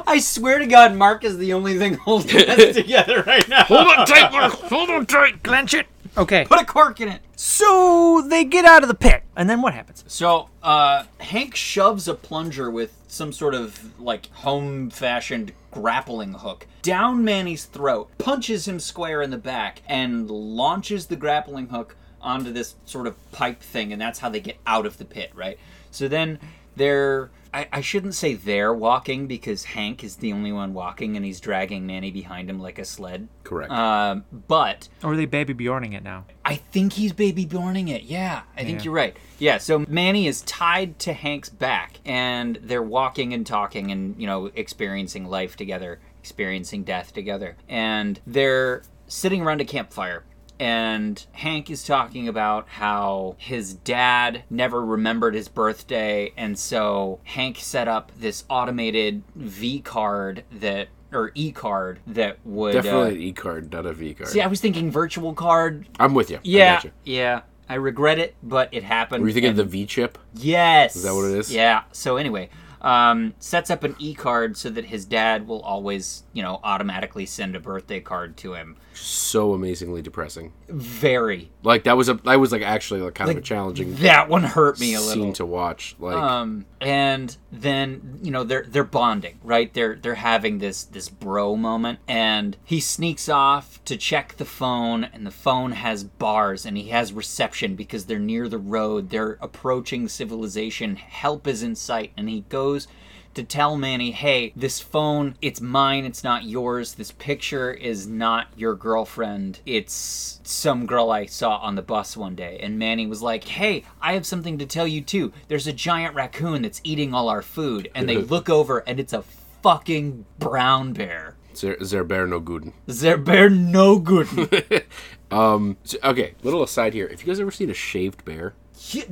Speaker 3: I swear to God, Mark is the only thing holding us together right now.
Speaker 4: Hold on tight, Mark. Hold on tight. Clench it. Okay.
Speaker 3: Put a cork in it.
Speaker 4: So they get out of the pit, and then what happens?
Speaker 3: So, uh, Hank shoves a plunger with some sort of like home fashioned grappling hook down Manny's throat, punches him square in the back, and launches the grappling hook onto this sort of pipe thing, and that's how they get out of the pit, right? So then they're. I, I shouldn't say they're walking because Hank is the only one walking and he's dragging Manny behind him like a sled.
Speaker 1: correct
Speaker 3: Um, but
Speaker 4: Or are they baby Bjorning it now?
Speaker 3: I think he's baby borning it. Yeah, I think you're right. Yeah, so Manny is tied to Hank's back, and they're walking and talking and, you know, experiencing life together, experiencing death together. And they're sitting around a campfire. And Hank is talking about how his dad never remembered his birthday. And so Hank set up this automated V card that, or E card that would.
Speaker 1: definitely
Speaker 3: Uh,
Speaker 1: an e-card not a v-card
Speaker 3: see, I was thinking virtual card,
Speaker 1: i'm with you I
Speaker 3: yeah,
Speaker 1: got you.
Speaker 3: yeah. I regret it, but it happened.
Speaker 1: were you thinking
Speaker 3: and-
Speaker 1: of the v chip
Speaker 3: Yes. Is
Speaker 1: that what it is?
Speaker 3: Yeah. So anyway, um, sets up an e card so that his dad will always, you know, automatically send a birthday card to him.
Speaker 1: So amazingly depressing.
Speaker 3: Very.
Speaker 1: Like that was a that was like actually like kind of a challenging
Speaker 3: That one hurt me a little.
Speaker 1: scene to watch. Like
Speaker 3: um, and then you know they're they're bonding, right? They're they're having this this bro moment, and he sneaks off to check the phone, and the phone has bars, and he has reception because they're near the road. They're approaching civilization. Help is in sight, and he goes to tell Manny, hey, this phone, it's mine, it's not yours. This picture is not your girlfriend. It's some girl I saw on the bus one day. And Manny was like, hey, I have something to tell you too. There's a giant raccoon that's eating all our food. And they look over, and it's a fucking brown bear.
Speaker 1: Zer, Zer Bear no good.
Speaker 3: There bear no good.
Speaker 1: So, okay, little aside here. Have you guys ever seen a shaved bear?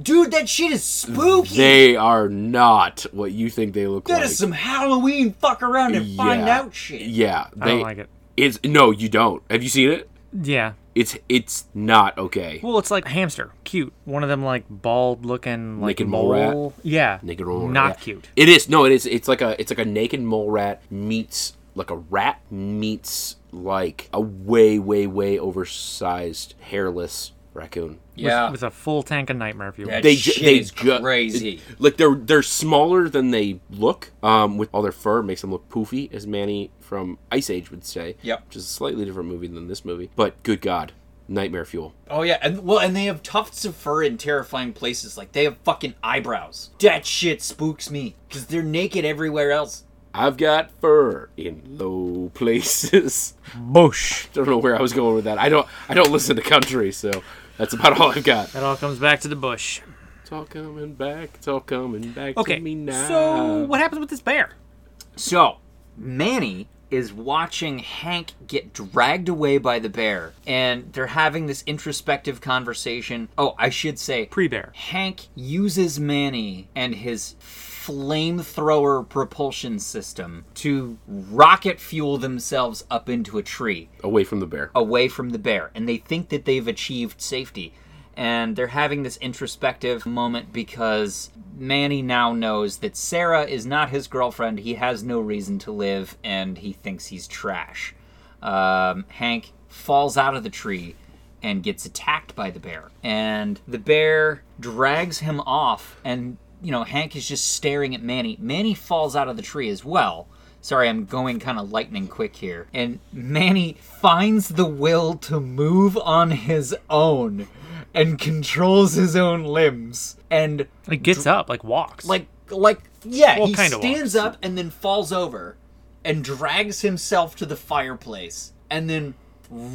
Speaker 3: Dude, that shit is spooky.
Speaker 1: They are not what you think they look
Speaker 3: that
Speaker 1: like.
Speaker 3: is some Halloween fuck around and find
Speaker 1: Yeah.
Speaker 3: out shit.
Speaker 1: Yeah, they,
Speaker 4: I don't like it.
Speaker 1: It's no, you don't. Have you seen it?
Speaker 4: Yeah.
Speaker 1: It's it's not okay.
Speaker 4: Well, it's like hamster, cute. One of them like bald looking, like
Speaker 1: Naked mole rat?
Speaker 4: Yeah,
Speaker 1: naked mole rat.
Speaker 4: Not
Speaker 1: yeah.
Speaker 4: cute.
Speaker 1: It is. No, it is. It's like a it's like a naked mole rat meets like a rat meets like a way way way oversized hairless raccoon.
Speaker 3: Yeah.
Speaker 4: With a full tank of nightmare if you
Speaker 3: That
Speaker 4: will.
Speaker 1: They
Speaker 3: shit
Speaker 1: ju- they
Speaker 3: is
Speaker 1: ju-
Speaker 3: crazy.
Speaker 1: Like they're they're smaller than they look. Um, with all their fur makes them look poofy, as Manny from Ice Age would say.
Speaker 3: Yep.
Speaker 1: Which is a slightly different movie than this movie, but good God, nightmare fuel.
Speaker 3: Oh yeah, and well, and they have tufts of fur in terrifying places. Like they have fucking eyebrows. That shit spooks me because they're naked everywhere else.
Speaker 1: I've got fur in low places.
Speaker 4: Boosh.
Speaker 1: don't know where I was going with that. I don't I don't listen to country, so that's about all I've got.
Speaker 4: That all comes back to the bush.
Speaker 1: It's all coming back. It's all coming back
Speaker 4: Okay.
Speaker 1: to me now.
Speaker 4: So what happens with this bear?
Speaker 3: So Manny is watching Hank get dragged away by the bear, and they're having this introspective conversation. Oh, I should say
Speaker 4: Pre-bear.
Speaker 3: Hank uses Manny and his flamethrower propulsion system to rocket fuel themselves up into a tree.
Speaker 1: away from the bear.
Speaker 3: away from the bear, and they think that they've achieved safety. And they're having this introspective moment because Manny now knows that Sarah is not his girlfriend. He has no reason to live, and he thinks he's trash. Um, Hank falls out of the tree and gets attacked by the bear. And the bear drags him off, and, you know, Hank is just staring at Manny. Manny falls out of the tree as well. Sorry, I'm going kind of lightning quick here. And Manny finds the will to move on his own and controls his own limbs. And
Speaker 4: Like gets up, like walks.
Speaker 3: like like yeah,
Speaker 4: Well,
Speaker 3: he
Speaker 4: kinda
Speaker 3: stands up and then falls over and drags himself to the fireplace and then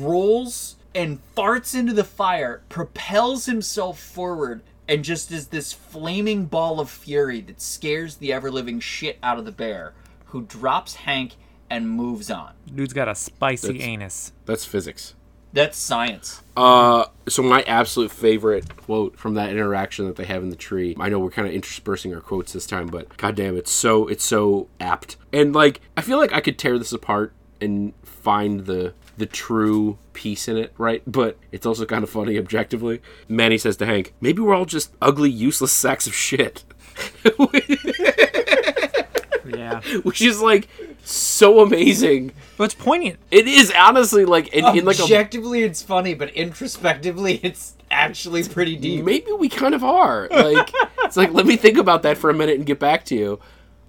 Speaker 3: rolls and farts into the fire, propels himself forward and just is this flaming ball of fury that scares the ever living shit out of the bear who drops Hank and moves on.
Speaker 4: dude's got a spicy anus.
Speaker 1: That's physics.
Speaker 3: That's science.
Speaker 1: Uh, so my absolute favorite quote from that interaction that they have in the tree. I know we're kind of interspersing our quotes this time, but goddamn, it's so it's so apt. And like, I feel like I could tear this apart and find the the true piece in it, right? But it's also kind of funny objectively. Manny says to Hank, "Maybe we're all just ugly, useless sacks of shit."
Speaker 4: Yeah,
Speaker 1: Which is like so amazing.
Speaker 4: but it's poignant.
Speaker 1: It is honestly like in, in like um, a
Speaker 3: Objectively, it's funny, but introspectively, it's actually pretty deep.
Speaker 1: maybe we kind of are. Like, it's like, let me think about that for a minute and get back to you.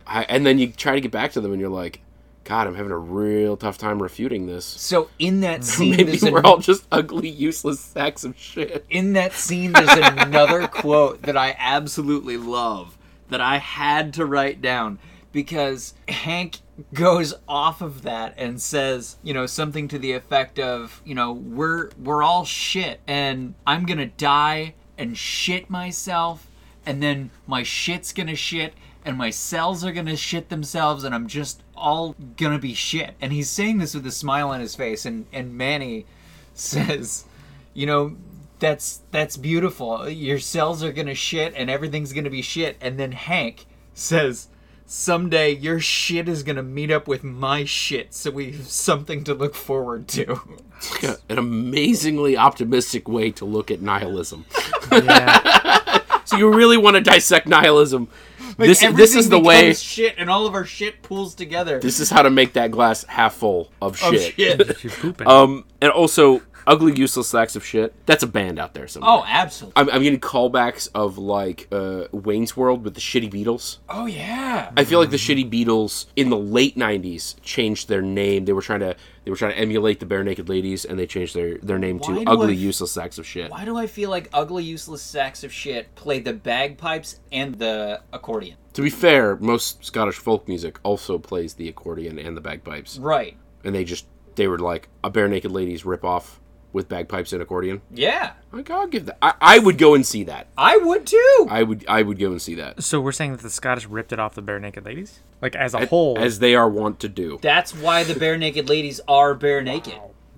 Speaker 1: I, and then you try to get back to them and you're like, God, I'm having a real tough time refuting this.
Speaker 3: So in that scene,
Speaker 1: Maybe
Speaker 3: there's a-
Speaker 1: we're all just ugly, useless sacks of shit.
Speaker 3: in that scene there's another quote that I absolutely love that I had to write down because Hank goes off of that and says, you know, something to the effect of, you know, we're we're all shit and I'm going to die and shit myself and then my shit's going to shit and my cells are going to shit themselves and I'm just all going to be shit. And he's saying this with a smile on his face and and Manny says, you know, that's that's beautiful. Your cells are gonna shit and everything's gonna be shit. And then Hank says, someday your shit is gonna meet up with my shit, so we have something to look forward to.
Speaker 1: It's like a- an amazingly optimistic way to look at nihilism.
Speaker 4: Yeah,
Speaker 1: so you really want to dissect nihilism. this this
Speaker 5: everything
Speaker 1: is the
Speaker 5: becomes
Speaker 1: way.
Speaker 5: shit, and all of our shit pools together.
Speaker 1: This is how to make that glass half full of
Speaker 3: Oh,
Speaker 5: of
Speaker 1: shit.
Speaker 5: shit.
Speaker 4: She's pooping.
Speaker 1: Um, and also ugly, useless sacks of shit. That's a band out there somewhere.
Speaker 3: Oh, absolutely.
Speaker 1: I'm, I'm getting callbacks of like uh, Wayne's World with the shitty Beatles.
Speaker 3: Oh yeah.
Speaker 1: I feel like the shitty Beatles in the late '90s changed their name. They were trying to they were trying to emulate the Bare Naked Ladies, and they changed their their name
Speaker 5: Why
Speaker 1: to
Speaker 5: do
Speaker 1: Ugly
Speaker 5: I-
Speaker 1: Useless Sacks of Shit.
Speaker 3: Why do I feel like ugly, useless sacks of shit played the bagpipes and the accordion?
Speaker 1: To be fair, most Scottish folk music also plays the accordion and the bagpipes,
Speaker 3: Right.
Speaker 1: and they just they were like a Bare Naked Ladies ripoff with bagpipes and accordion.
Speaker 3: Yeah,
Speaker 1: Like I'll give that. I, I would go and see that.
Speaker 3: I would too.
Speaker 1: I would I would go and see that
Speaker 4: so we're saying that the Scottish ripped it off the bare naked ladies, like as a whole.
Speaker 1: as they are wont to do.
Speaker 3: That's why the bare naked ladies are bare naked.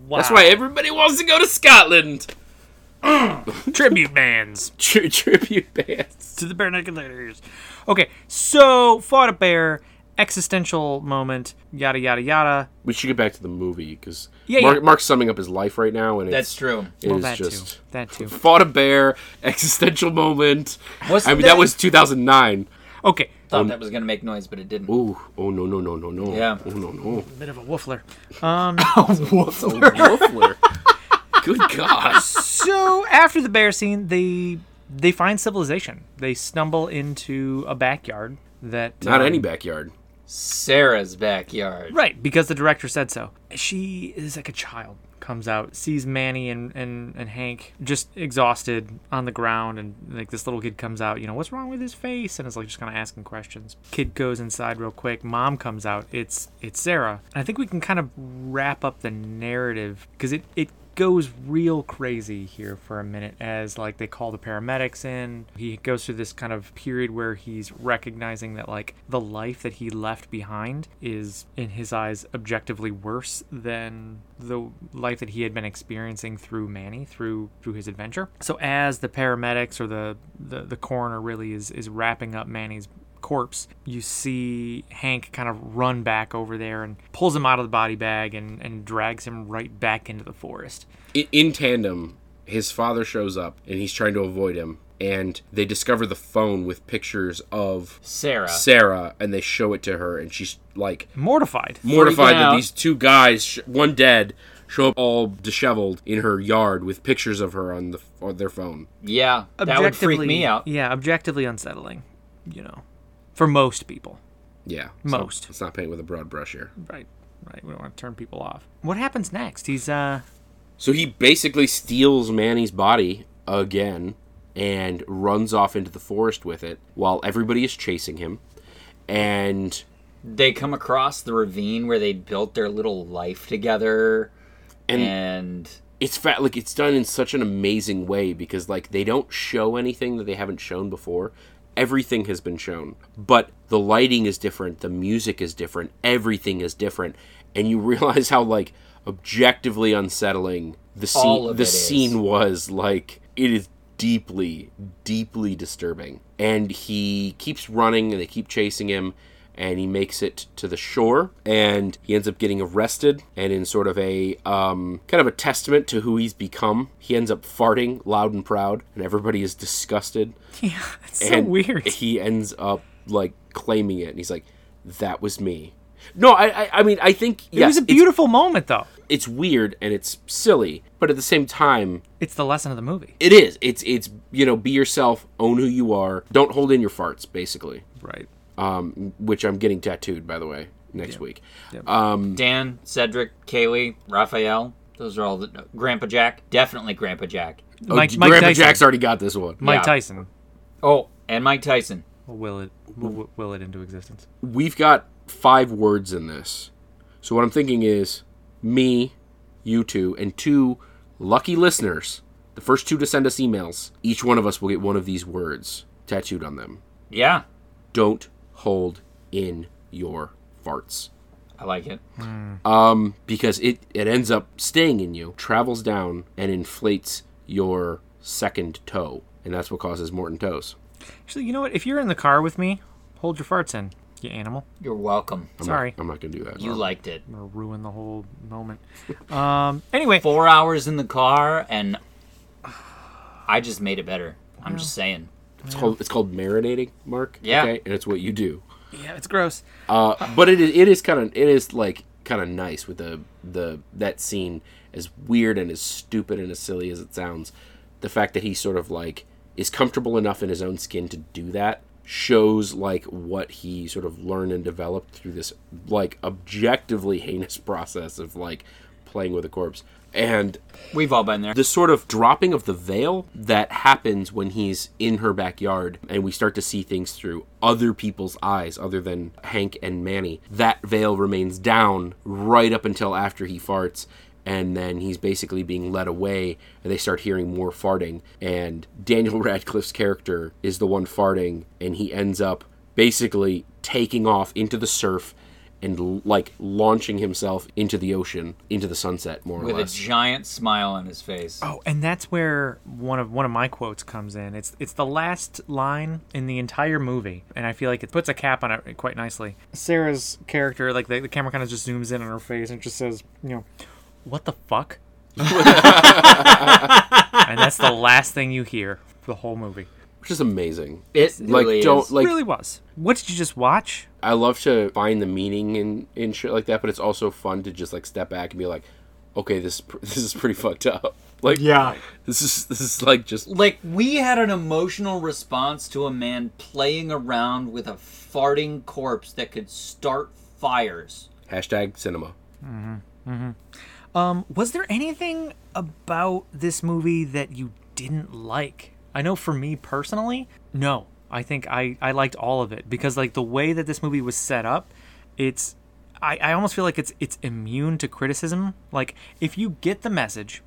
Speaker 4: Wow.
Speaker 1: That's why everybody wants to go to Scotland.
Speaker 4: tribute bands
Speaker 1: Tri- tribute bands.
Speaker 4: to the bare naked ladies. Okay, so fought a bear, existential moment, yada yada yada.
Speaker 1: We should get back to the movie because
Speaker 4: Yeah,
Speaker 1: Mark,
Speaker 4: yeah.
Speaker 1: Mark's summing up his life right now, and
Speaker 3: That's
Speaker 1: it's,
Speaker 3: true.
Speaker 1: it
Speaker 4: Well,
Speaker 1: is
Speaker 4: that
Speaker 1: just
Speaker 4: too. That too.
Speaker 1: fought a bear, existential moment.
Speaker 3: Wasn't
Speaker 1: I mean,
Speaker 3: that-
Speaker 1: that was 2009.
Speaker 4: Okay,
Speaker 3: Thought that was gonna make noise, but it didn't.
Speaker 1: Ooh, oh no no no no no.
Speaker 3: Yeah.
Speaker 1: Oh no no.
Speaker 4: bit of a woofler.
Speaker 1: What's a muffler? Good God.
Speaker 4: so after the bear scene, they they find civilization. They stumble into a backyard that
Speaker 1: Not
Speaker 4: um,
Speaker 1: any backyard.
Speaker 3: Sarah's backyard.
Speaker 4: right because the director said so. She is like a child. Comes out, sees Manny and, and, and Hank just exhausted on the ground, and like this little kid comes out. You know what's wrong with his face? And it's like just kind of asking questions. Kid goes inside real quick. Mom comes out. It's it's Sarah. And I think we can kind of wrap up the narrative because it it goes real crazy here for a minute as like they call the paramedics in he goes through this kind of period where he's recognizing that like the life that he left behind is in his eyes objectively worse than the life that he had been experiencing through Manny through through his adventure so as the paramedics or the the, the coroner really is is wrapping up Manny's corpse, you see Hank kind of run back over there and pulls him out of the body bag and, and drags him right back into the forest.
Speaker 1: in, in tandem, his father shows up and he's trying to avoid him. And they discover the phone with pictures of
Speaker 3: Sarah.
Speaker 1: Sarah and they show it to her. And she's like
Speaker 4: Mortified.
Speaker 1: mortified that
Speaker 3: out.
Speaker 1: these two guys, sh- one dead, show up all disheveled in her yard with pictures of her on, the, on their phone.
Speaker 3: yeah, that would freak me out.
Speaker 4: Yeah, objectively unsettling, you know, for most people.
Speaker 1: Yeah.
Speaker 4: Most.
Speaker 1: Let's not paint with a broad brush here.
Speaker 4: Right. Right. We don't want to turn people off. What happens next? He's, uh,
Speaker 1: So he basically steals Manny's body again and runs off into the forest with it while everybody is chasing him. And
Speaker 3: They come across the ravine where they'd built their little life together,
Speaker 1: And-
Speaker 3: and,
Speaker 1: it's fat like it's done in such an amazing way because like they don't show anything that they haven't shown before everything has been shown but the lighting is different the music is different everything is different and you realize how like objectively unsettling the
Speaker 3: All
Speaker 1: scene
Speaker 3: of
Speaker 1: the
Speaker 3: it is.
Speaker 1: scene was like it is deeply deeply disturbing and he keeps running and they keep chasing him and he makes it to the shore and he ends up getting arrested and in sort of a um, kind of a testament to who he's become he ends up farting loud and proud and everybody is disgusted
Speaker 4: yeah, it's so
Speaker 1: and
Speaker 4: weird.
Speaker 1: he ends up like claiming it and he's like that was me no i i, I mean i think
Speaker 4: it was
Speaker 1: yes,
Speaker 4: a beautiful moment, though.
Speaker 1: it's, it's weird and it's silly but at the same time
Speaker 4: It's the lesson of the movie.
Speaker 1: it is it's it's you know be yourself own who you are don't hold in your farts basically
Speaker 4: Right.
Speaker 1: um which i'm getting tattooed by the way next week
Speaker 3: Dan, Cedric, Kaylee, Raphael. Those are all the no, Grandpa Jack. Definitely Grandpa Jack.
Speaker 1: Oh,
Speaker 4: Mike,
Speaker 1: J-
Speaker 4: Mike
Speaker 1: Grandpa
Speaker 4: Tyson.
Speaker 1: Jack's already got this one.
Speaker 4: Mike
Speaker 3: Yeah.
Speaker 4: Tyson.
Speaker 3: Oh, and Mike Tyson.
Speaker 4: Will will it, will, will it into existence.
Speaker 1: We've got five words in this. So what I'm thinking is me, you two, and two lucky listeners. The first two to send us emails. Each one of us will get one of these words tattooed on them.
Speaker 3: Yeah,
Speaker 1: Don't hold in your farts.
Speaker 3: I like it.
Speaker 1: Um, because it, it ends up staying in you, travels down, and inflates your second toe. And that's what causes Morton toes.
Speaker 4: Actually, you know what? If you're in the car with me, hold your farts in, you animal.
Speaker 3: You're welcome.
Speaker 1: I'm not-
Speaker 4: Sorry.
Speaker 1: I'm not going to do that.
Speaker 3: You liked it.
Speaker 4: or ruin the whole moment. Um, anyway,
Speaker 3: Four hours in the car, and I just made it better. I'm just saying.
Speaker 1: It's called it's called marinating, Mark.
Speaker 3: Yeah.
Speaker 1: and it's what you do.
Speaker 4: Yeah, it's gross.
Speaker 1: Uh, but it is it is kind of it is like kind of nice with the the that scene as weird and as stupid and as silly as it sounds. The fact that he sort of like is comfortable enough in his own skin to do that shows like what he sort of learned and developed through this like objectively heinous process of like playing with a corpse. And
Speaker 3: We've all been there.
Speaker 1: the sort of dropping of the veil that happens when he's in her backyard and we start to see things through other people's eyes other than Hank and Manny. That veil remains down right up until after he farts and then he's basically being led away and they start hearing more farting and Daniel Radcliffe's character is the one farting and he ends up basically taking off into the surf and l- like launching himself into the ocean into the sunset more
Speaker 3: with
Speaker 1: or
Speaker 3: a
Speaker 1: less
Speaker 3: giant smile on his face.
Speaker 4: Oh, and that's where one of one of my quotes comes in. It's it's the last line in the entire movie, and I feel like it puts a cap on it quite nicely. Sarah's character, like the, the camera kind of just zooms in on her face and just says, you know, "What the fuck?" and that's the last thing you hear for the whole movie.
Speaker 1: which is amazing
Speaker 3: It
Speaker 1: like
Speaker 3: really
Speaker 1: don't
Speaker 3: is.
Speaker 1: like
Speaker 4: really was. What did you just watch?
Speaker 1: I love to find the meaning in in shit like that, but it's also fun to just like step back and be like, okay, this pr- this is pretty fucked up. Like
Speaker 2: Yeah.
Speaker 1: this is this is like just
Speaker 3: like we had an emotional response to a man playing around with a farting corpse that could start fires.
Speaker 1: hashtag cinema.
Speaker 4: Um, was there anything about this movie that you didn't like? I know for me personally, no. I think I, I liked all of it because like the way that this movie was set up, it's I, I almost feel like it's it's immune to criticism. Like if you get the message,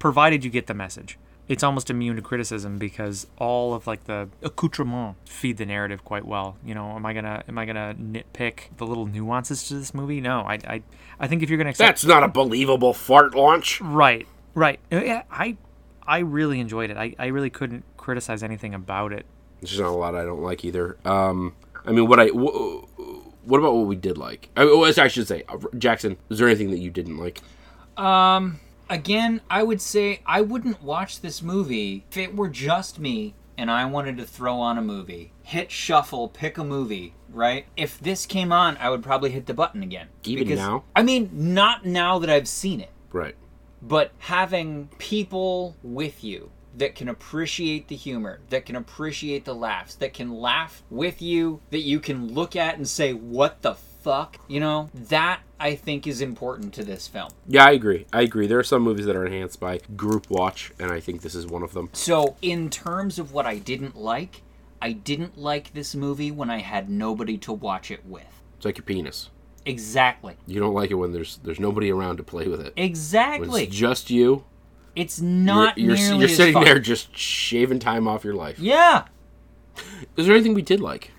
Speaker 4: provided you get the message, it's almost immune to criticism because all of like the accoutrement feed the narrative quite well. You know, am I gonna am I gonna nitpick the little nuances to this movie? No, I I, I think if you're gonna accept
Speaker 1: That's not a believable fart launch.
Speaker 4: Right, right. Uh, Yeah, I, I really enjoyed it. I, I really couldn't criticize anything about it.
Speaker 1: There's just not a lot I don't like either. Um, I mean, what I wh- what about what we did like? I, well, I should say, uh, Jackson, is there anything that you didn't like?
Speaker 3: Um, again, I would say I wouldn't watch this movie if it were just me and I wanted to throw on a movie. Hit shuffle, pick a movie, right? If this came on, I would probably hit the button again.
Speaker 1: Even now?
Speaker 3: I mean, not now that I've seen it,
Speaker 1: Right.
Speaker 3: but having people with you that can appreciate the humor, that can appreciate the laughs, that can laugh with you, that you can look at and say, what the fuck? You know, that I think is important to this film.
Speaker 1: Yeah, I agree. I agree. There are some movies that are enhanced by group watch, and I think this is one of them.
Speaker 3: So, in terms of what I didn't like, I didn't like this movie when I had nobody to watch it with.
Speaker 1: It's like your penis.
Speaker 3: Exactly.
Speaker 1: You don't like it when there's there's nobody around to play with it. When
Speaker 3: Exactly.
Speaker 1: it's
Speaker 3: It's,
Speaker 1: just you.
Speaker 3: not
Speaker 1: you're,
Speaker 3: nearly
Speaker 1: you're
Speaker 3: as
Speaker 1: sitting
Speaker 3: fun.
Speaker 1: there just shaving time off your life.
Speaker 3: Yeah.
Speaker 1: Is there anything we did like?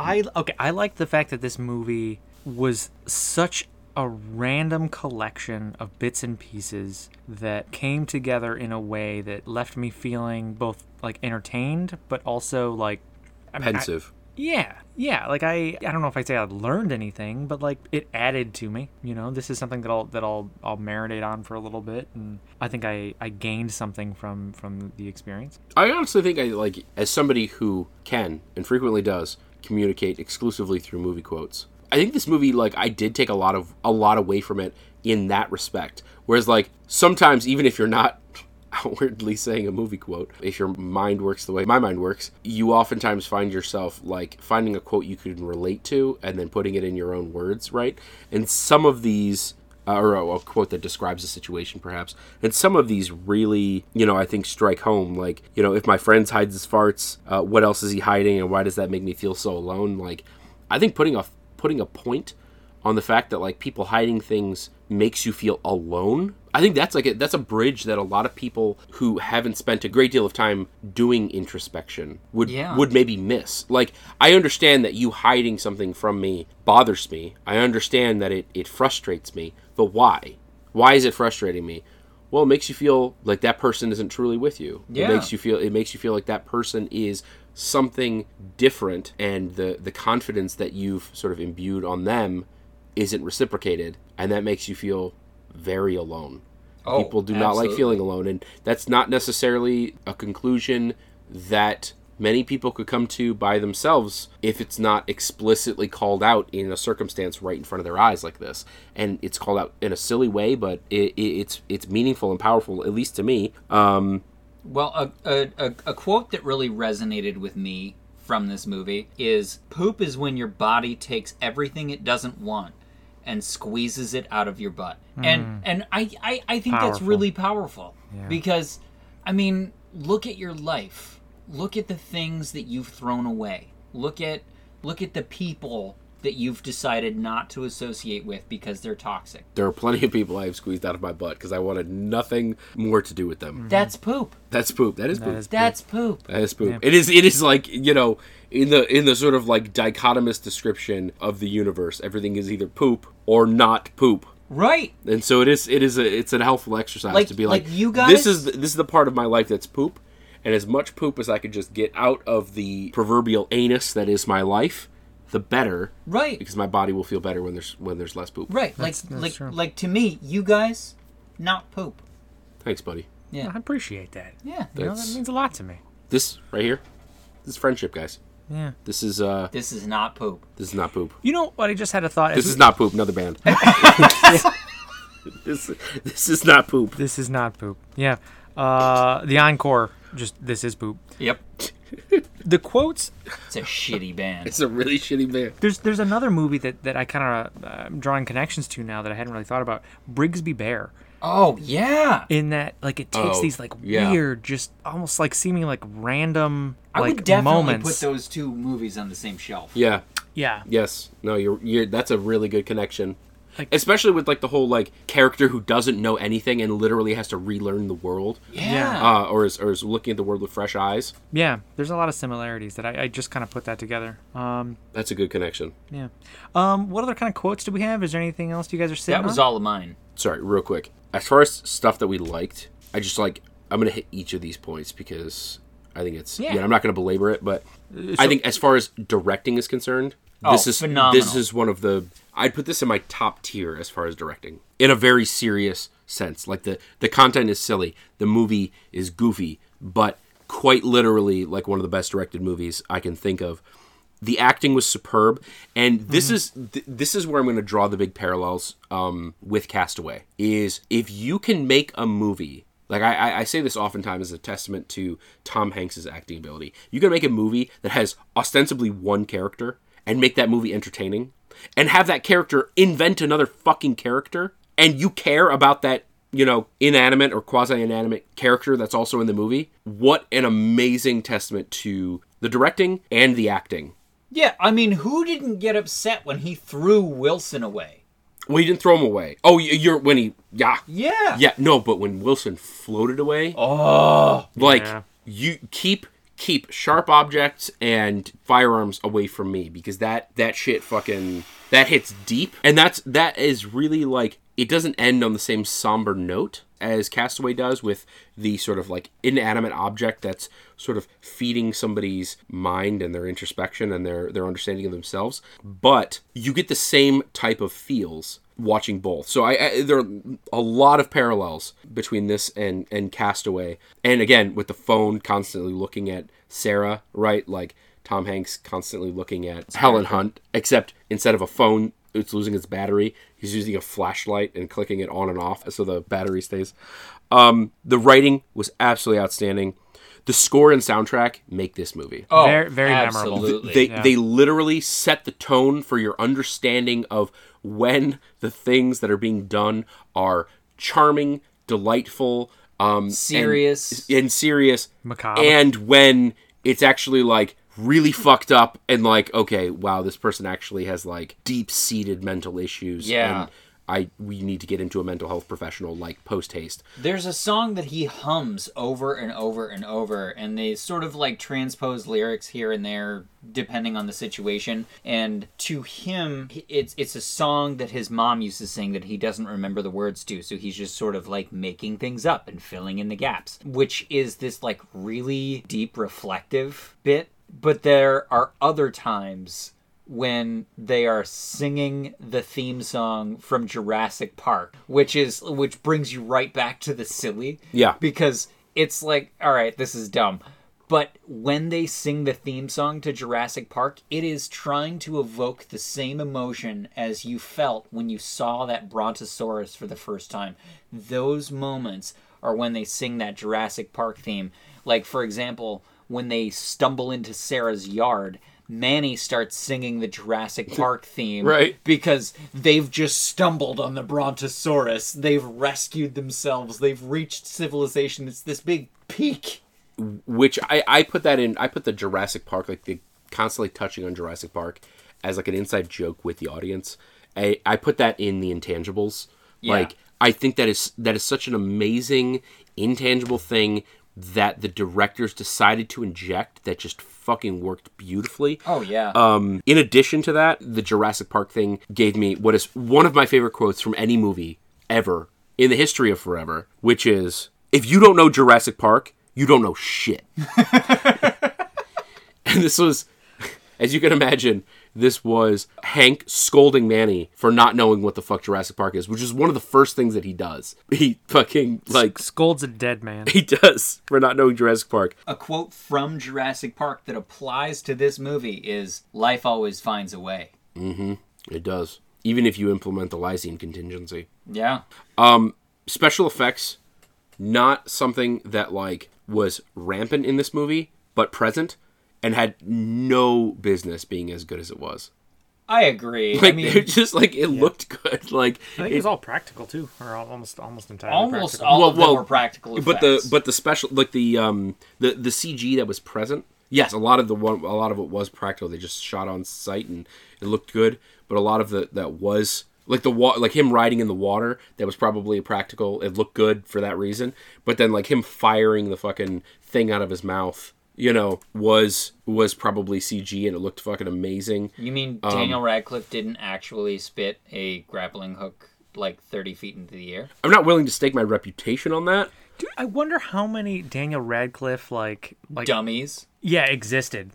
Speaker 4: I okay. I like the fact that this movie was such a random collection of bits and pieces that came together in a way that left me feeling both like entertained, but also like I mean, I-
Speaker 1: Pensive.
Speaker 4: Yeah, yeah. Like I, I don't know if I say I learned anything, but like it added to me. You know, this is something that I'll that I'll I'll marinate on for a little bit, and I think I I gained something from from the experience.
Speaker 1: I honestly think I like as somebody who can and frequently does communicate exclusively through movie quotes. I think this movie like I did take a lot of a lot away from it in that respect. Whereas like sometimes even if you're not outwardly saying a movie quote, if your mind works the way my mind works, you oftentimes find yourself like finding a quote you can relate to and then putting it in your own words, right? And some of these uh, or a, a quote that describes the situation, perhaps. And some of these really, you know, I think strike home. Like, you know, if my friend hides his farts, uh, what else is he hiding, and why does that make me feel so alone? Like, I think putting a putting a point on the fact that like people hiding things makes you feel alone. I think that's like a, that's a bridge that a lot of people who haven't spent a great deal of time doing introspection would
Speaker 3: Yeah.
Speaker 1: would maybe miss. Like I understand that you hiding something from me bothers me. I understand that it it frustrates me. But why? Why is it frustrating me? Well, it makes you feel like that person isn't truly with you. It
Speaker 3: Yeah.
Speaker 1: makes you feel it makes you feel like that person is something different and the the confidence that you've sort of imbued on them isn't reciprocated and that makes you feel very alone
Speaker 3: Oh,
Speaker 1: people do not like
Speaker 3: absolutely.
Speaker 1: feeling alone and that's not necessarily a conclusion that many people could come to by themselves if it's not explicitly called out in a circumstance right in front of their eyes like this and it's called out in a silly way but it, it, it's it's meaningful and powerful at least to me um
Speaker 3: Well, a, a, a, a quote that really resonated with me from this movie is poop is when your body takes everything it doesn't want and squeezes it out of your butt. And and I, I, I think that's
Speaker 4: Powerful.
Speaker 3: really powerful because, I mean, look at your life. Look at the things that you've thrown away. Look at look at the people that you've decided not to associate with because they're toxic.
Speaker 1: there are plenty of people i have squeezed out of my butt because i wanted nothing more to do with them
Speaker 3: That's poop.
Speaker 1: that's poop that is poop
Speaker 4: is-
Speaker 3: That's poop.
Speaker 1: That is poop. It is. It is like you know, in the in the sort of like dichotomous description of the universe, everything is either poop or not poop.
Speaker 3: Right.
Speaker 1: And so it is. It is. A, it's a helpful exercise
Speaker 3: Like-
Speaker 1: to be like,
Speaker 3: like you guys-
Speaker 1: This is the- this is the part of my life that's poop, and as much poop as I could just get out of the proverbial anus that is my life, the better.
Speaker 3: Right.
Speaker 1: Because my body will feel better when there's when there's less poop.
Speaker 3: Right. like like like to me, you guys, not poop.
Speaker 1: Thanks, buddy.
Speaker 4: I appreciate that. You
Speaker 3: Yeah.
Speaker 4: know, that
Speaker 1: That's-
Speaker 4: means a lot to me.
Speaker 1: This right here, this is friendship, guys.
Speaker 4: Yeah.
Speaker 1: This is uh.
Speaker 3: This is not poop.
Speaker 1: This is not poop.
Speaker 4: You know what? I just had a thought.
Speaker 1: This is not poop. Another band. this this is not poop.
Speaker 4: This is not poop. Yeah. Uh, the encore. Just this is poop.
Speaker 3: Yep.
Speaker 4: The quotes.
Speaker 3: It's a shitty band.
Speaker 1: It's a really shitty band.
Speaker 4: There's there's another movie that, that I kind of uh, I'm drawing connections to now that I hadn't really thought about. Brigsby Bear.
Speaker 3: Oh yeah.
Speaker 4: In that like it takes
Speaker 1: Oh,
Speaker 4: these like
Speaker 1: yeah.
Speaker 4: weird, just almost like seeming like random
Speaker 3: I
Speaker 4: like
Speaker 3: would definitely
Speaker 4: moments.
Speaker 3: put those two movies on the same shelf.
Speaker 1: Yeah.
Speaker 4: yeah.
Speaker 1: Yes. No. You're. You're. That's a really good connection. Especially with like the whole like character who doesn't know anything and literally has to relearn the world,
Speaker 3: Yeah.
Speaker 1: uh, or is or is looking at the world with fresh eyes.
Speaker 4: Yeah. There's a lot of similarities that I, I just kind of put that together. Um.
Speaker 1: That's a good connection.
Speaker 4: Yeah. Um. What other kind of quotes do we have? Is there anything else you guys are sitting
Speaker 3: that was
Speaker 4: on?
Speaker 3: all of mine.
Speaker 1: Sorry, real quick. As far as stuff that we liked, I just like I'm gonna hit each of these points because I think it's yeah. Uh,
Speaker 4: Yeah.
Speaker 1: I'm not gonna belabor it, but I think as far as directing is concerned, this
Speaker 3: Oh,
Speaker 1: is This
Speaker 3: phenomenal.
Speaker 1: is one of the I'd put this in my top tier as far as directing in a very serious sense. Like the the content is silly, the movie is goofy, but quite literally like one of the best directed movies I can think of. The acting was superb, and
Speaker 3: Mm-hmm.
Speaker 1: this is th- this is where I'm going to draw the big parallels um, with Castaway. Is if you can make a movie like I, I- I say this oftentimes as a testament to Tom Hanks's acting ability. You can make a movie that has ostensibly one character and make that movie entertaining, and have that character invent another fucking character, and you care about that you know inanimate or quasi inanimate character that's also in the movie. What an amazing testament to the directing and the acting.
Speaker 3: Yeah. I mean, who didn't get upset when he threw Wilson away?
Speaker 1: Well, you didn't throw him away. Oh, y- you're when he yeah
Speaker 3: Yeah.
Speaker 1: Yeah, no, but when Wilson floated away, oh, like
Speaker 4: Yeah.
Speaker 1: you keep keep sharp objects and firearms away from me because that that shit fucking that hits deep, and that's that is really like it doesn't end on the same somber note as Castaway does with the sort of like inanimate object that's sort of feeding somebody's mind and their introspection and their their understanding of themselves, but you get the same type of feels watching both. So I, I there are a lot of parallels between this and and Castaway. And again, with the phone constantly looking at Sarah, right? Like Tom Hanks constantly looking at Helen Hunt, except instead of a phone it's losing its battery, he's using a flashlight and clicking it on and off so the battery stays. Um the writing was absolutely outstanding. The score and soundtrack make this movie
Speaker 3: Oh,
Speaker 4: Very- very memorable.
Speaker 3: absolutely.
Speaker 1: they they literally set the tone for your understanding of when the things that are being done are charming, delightful, um, and-
Speaker 3: Serious.
Speaker 1: and, serious,
Speaker 4: Macabre.
Speaker 1: and when it's actually like really fucked up and like okay, wow, this person actually has like deep seated mental issues.
Speaker 3: Yeah.
Speaker 1: And, I we need to get into a mental health professional like post haste.
Speaker 3: There's a song that he hums over and over and over, and they sort of like transpose lyrics here and there depending on the situation. And to him, he- it's it's a song that his mom used to sing that he doesn't remember the words to, so he's just sort of like making things up and filling in the gaps, which is this like really deep reflective bit. But there are other times when they are singing the theme song from Jurassic Park, which is which brings you right back to the silly.
Speaker 1: Yeah.
Speaker 3: Because it's like, all right, this is dumb. But when they sing the theme song to Jurassic Park, it is trying to evoke the same emotion as you felt when you saw that Brontosaurus for the first time. Those moments are when they sing that Jurassic Park theme. Like, for example, when they stumble into Sarah's yard, Manny starts singing the Jurassic Park theme.
Speaker 1: Right.
Speaker 3: Because they've just stumbled on the Brontosaurus. They've rescued themselves. They've reached civilization. It's this big peak.
Speaker 1: which I, I put that in I put the Jurassic Park like the constantly touching on Jurassic Park as like an inside joke with the audience. I, I put that in the intangibles. Like I think that is that is such an amazing intangible thing that the directors decided to inject that just fucking worked beautifully.
Speaker 3: Oh, yeah.
Speaker 1: Um, in addition to that, the Jurassic Park thing gave me what is one of my favorite quotes from any movie ever in the history of forever, which is if you don't know Jurassic Park, you don't know shit. and this was, as you can imagine, this was Hank scolding Manny for not knowing what the fuck Jurassic Park is, which is one of the first things that he does. He fucking, like,
Speaker 4: Scold's a dead man.
Speaker 1: he does for not knowing Jurassic Park.
Speaker 3: a quote from Jurassic Park that applies to this movie is life always finds a way.
Speaker 1: It does. Even if you implement the lysine contingency.
Speaker 3: Yeah.
Speaker 1: special effects not something that like was rampant in this movie but present and had no business being as good as it was
Speaker 3: I agree.
Speaker 1: like
Speaker 3: I
Speaker 1: they're
Speaker 3: mean
Speaker 1: just like it looked good like
Speaker 2: I think it was all practical too, or al- almost almost entirely
Speaker 3: almost
Speaker 2: practical.
Speaker 3: all
Speaker 1: Well,
Speaker 3: of them
Speaker 1: well,
Speaker 3: were practical effects.
Speaker 1: but the but the special like the um the the cg that was present yes a lot of the one a lot of it was practical they just shot on site and it looked good but a lot of the that was like the wa- like him riding in the water that was probably practical it looked good for that reason but then like him firing the fucking thing out of his mouth you know was was probably cg and it looked fucking amazing
Speaker 3: you mean Daniel Radcliffe didn't actually spit a grappling hook like 30 feet into the air?
Speaker 1: i'm not willing to stake my reputation on that
Speaker 4: Dude, I wonder how many Daniel Radcliffe like like
Speaker 3: Dummies.
Speaker 4: yeah existed.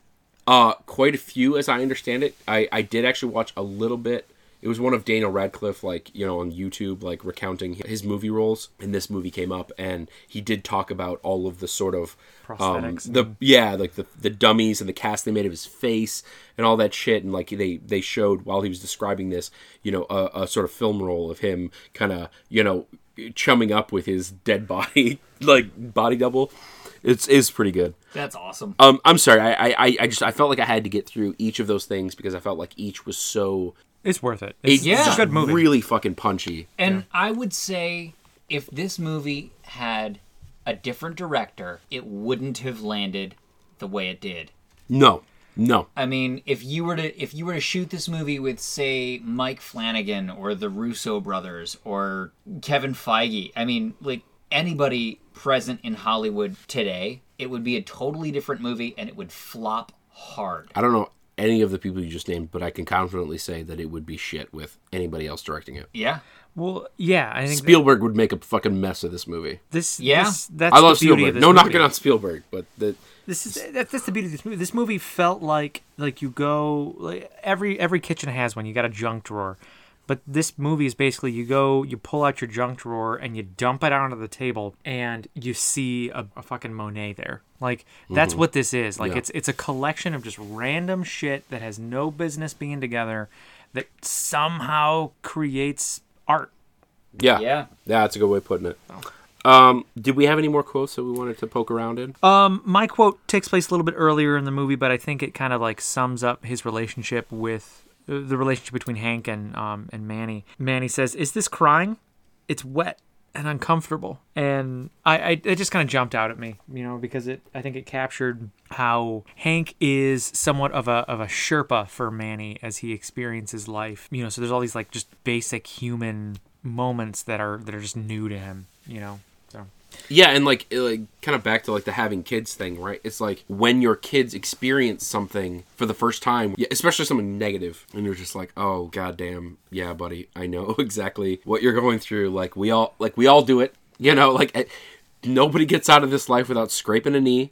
Speaker 1: Uh, quite a few, as I understand it. I, I did actually watch a little bit. It was one of Daniel Radcliffe, like you know, on YouTube, like recounting hi- his movie roles, and this movie came up, and he did talk about all of the sort of um,
Speaker 4: Prosthetics
Speaker 1: the yeah, like the the dummies and the cast they made of his face and all that shit, and like they they showed while he was describing this, you know, a, a sort of film role of him kind of you know chumming up with his dead body, like body double. It's is pretty good.
Speaker 3: That's awesome.
Speaker 1: Um, I'm sorry. I, I- I, I just I felt like I had to get through each of those things because I felt like each was so
Speaker 4: It's worth it.
Speaker 1: it's
Speaker 4: It's,
Speaker 3: Yeah.
Speaker 4: it's a good movie.
Speaker 1: really fucking punchy.
Speaker 3: And I would say if this movie had a different director, it wouldn't have landed the way it did.
Speaker 1: No, no,
Speaker 3: I mean, if you were to if you were to shoot this movie with say Mike Flanagan or the Russo brothers or Kevin Feige, I mean, like anybody present in Hollywood today, it would be a totally different movie and it would flop hard.
Speaker 1: I don't know any of the people you just named, but I can confidently say that it would be shit with anybody else directing it.
Speaker 3: Yeah.
Speaker 4: Well, yeah, I think
Speaker 1: Spielberg would make a fucking mess of this movie.
Speaker 4: this.
Speaker 3: Yeah.
Speaker 4: this, that's
Speaker 1: I love
Speaker 4: the beauty
Speaker 1: Spielberg.
Speaker 4: of this
Speaker 1: No
Speaker 4: movie.
Speaker 1: knocking on Spielberg, but the,
Speaker 4: This is that's, that's the beauty of this movie. This movie felt like like you go like every every kitchen has one. You got a junk drawer, but this movie is basically you go you pull out your junk drawer and you dump it onto the table and you see a, a fucking Monet there. Like that's what this is. Like it's it's a collection of just random shit that has no business being together, that somehow creates art.
Speaker 1: yeah,
Speaker 3: Yeah.
Speaker 1: that's a good way of putting it.
Speaker 4: Oh.
Speaker 1: Um, did we have any more quotes that we wanted to poke around in?
Speaker 4: my quote takes place a little bit earlier in the movie, but I think it kind of like sums up his relationship with uh, the relationship between Hank and um and Manny. Manny says, "Is this crying? It's wet and uncomfortable." And I, I it just kind of jumped out at me, you know, because it I think it captured how Hank is somewhat of a of a sherpa for Manny as he experiences life. You know, so there's all these like just basic human moments that are that are just new to him, you know. So
Speaker 1: Yeah, and like it, like kind of back to like the having kids thing, right? It's like when your kids experience something for the first time, yeah, especially something negative, and you're just like, "Oh goddamn, yeah, buddy, I know exactly what you're going through." Like we all like we all do it, you know. Like eh, nobody gets out of this life without scraping a knee,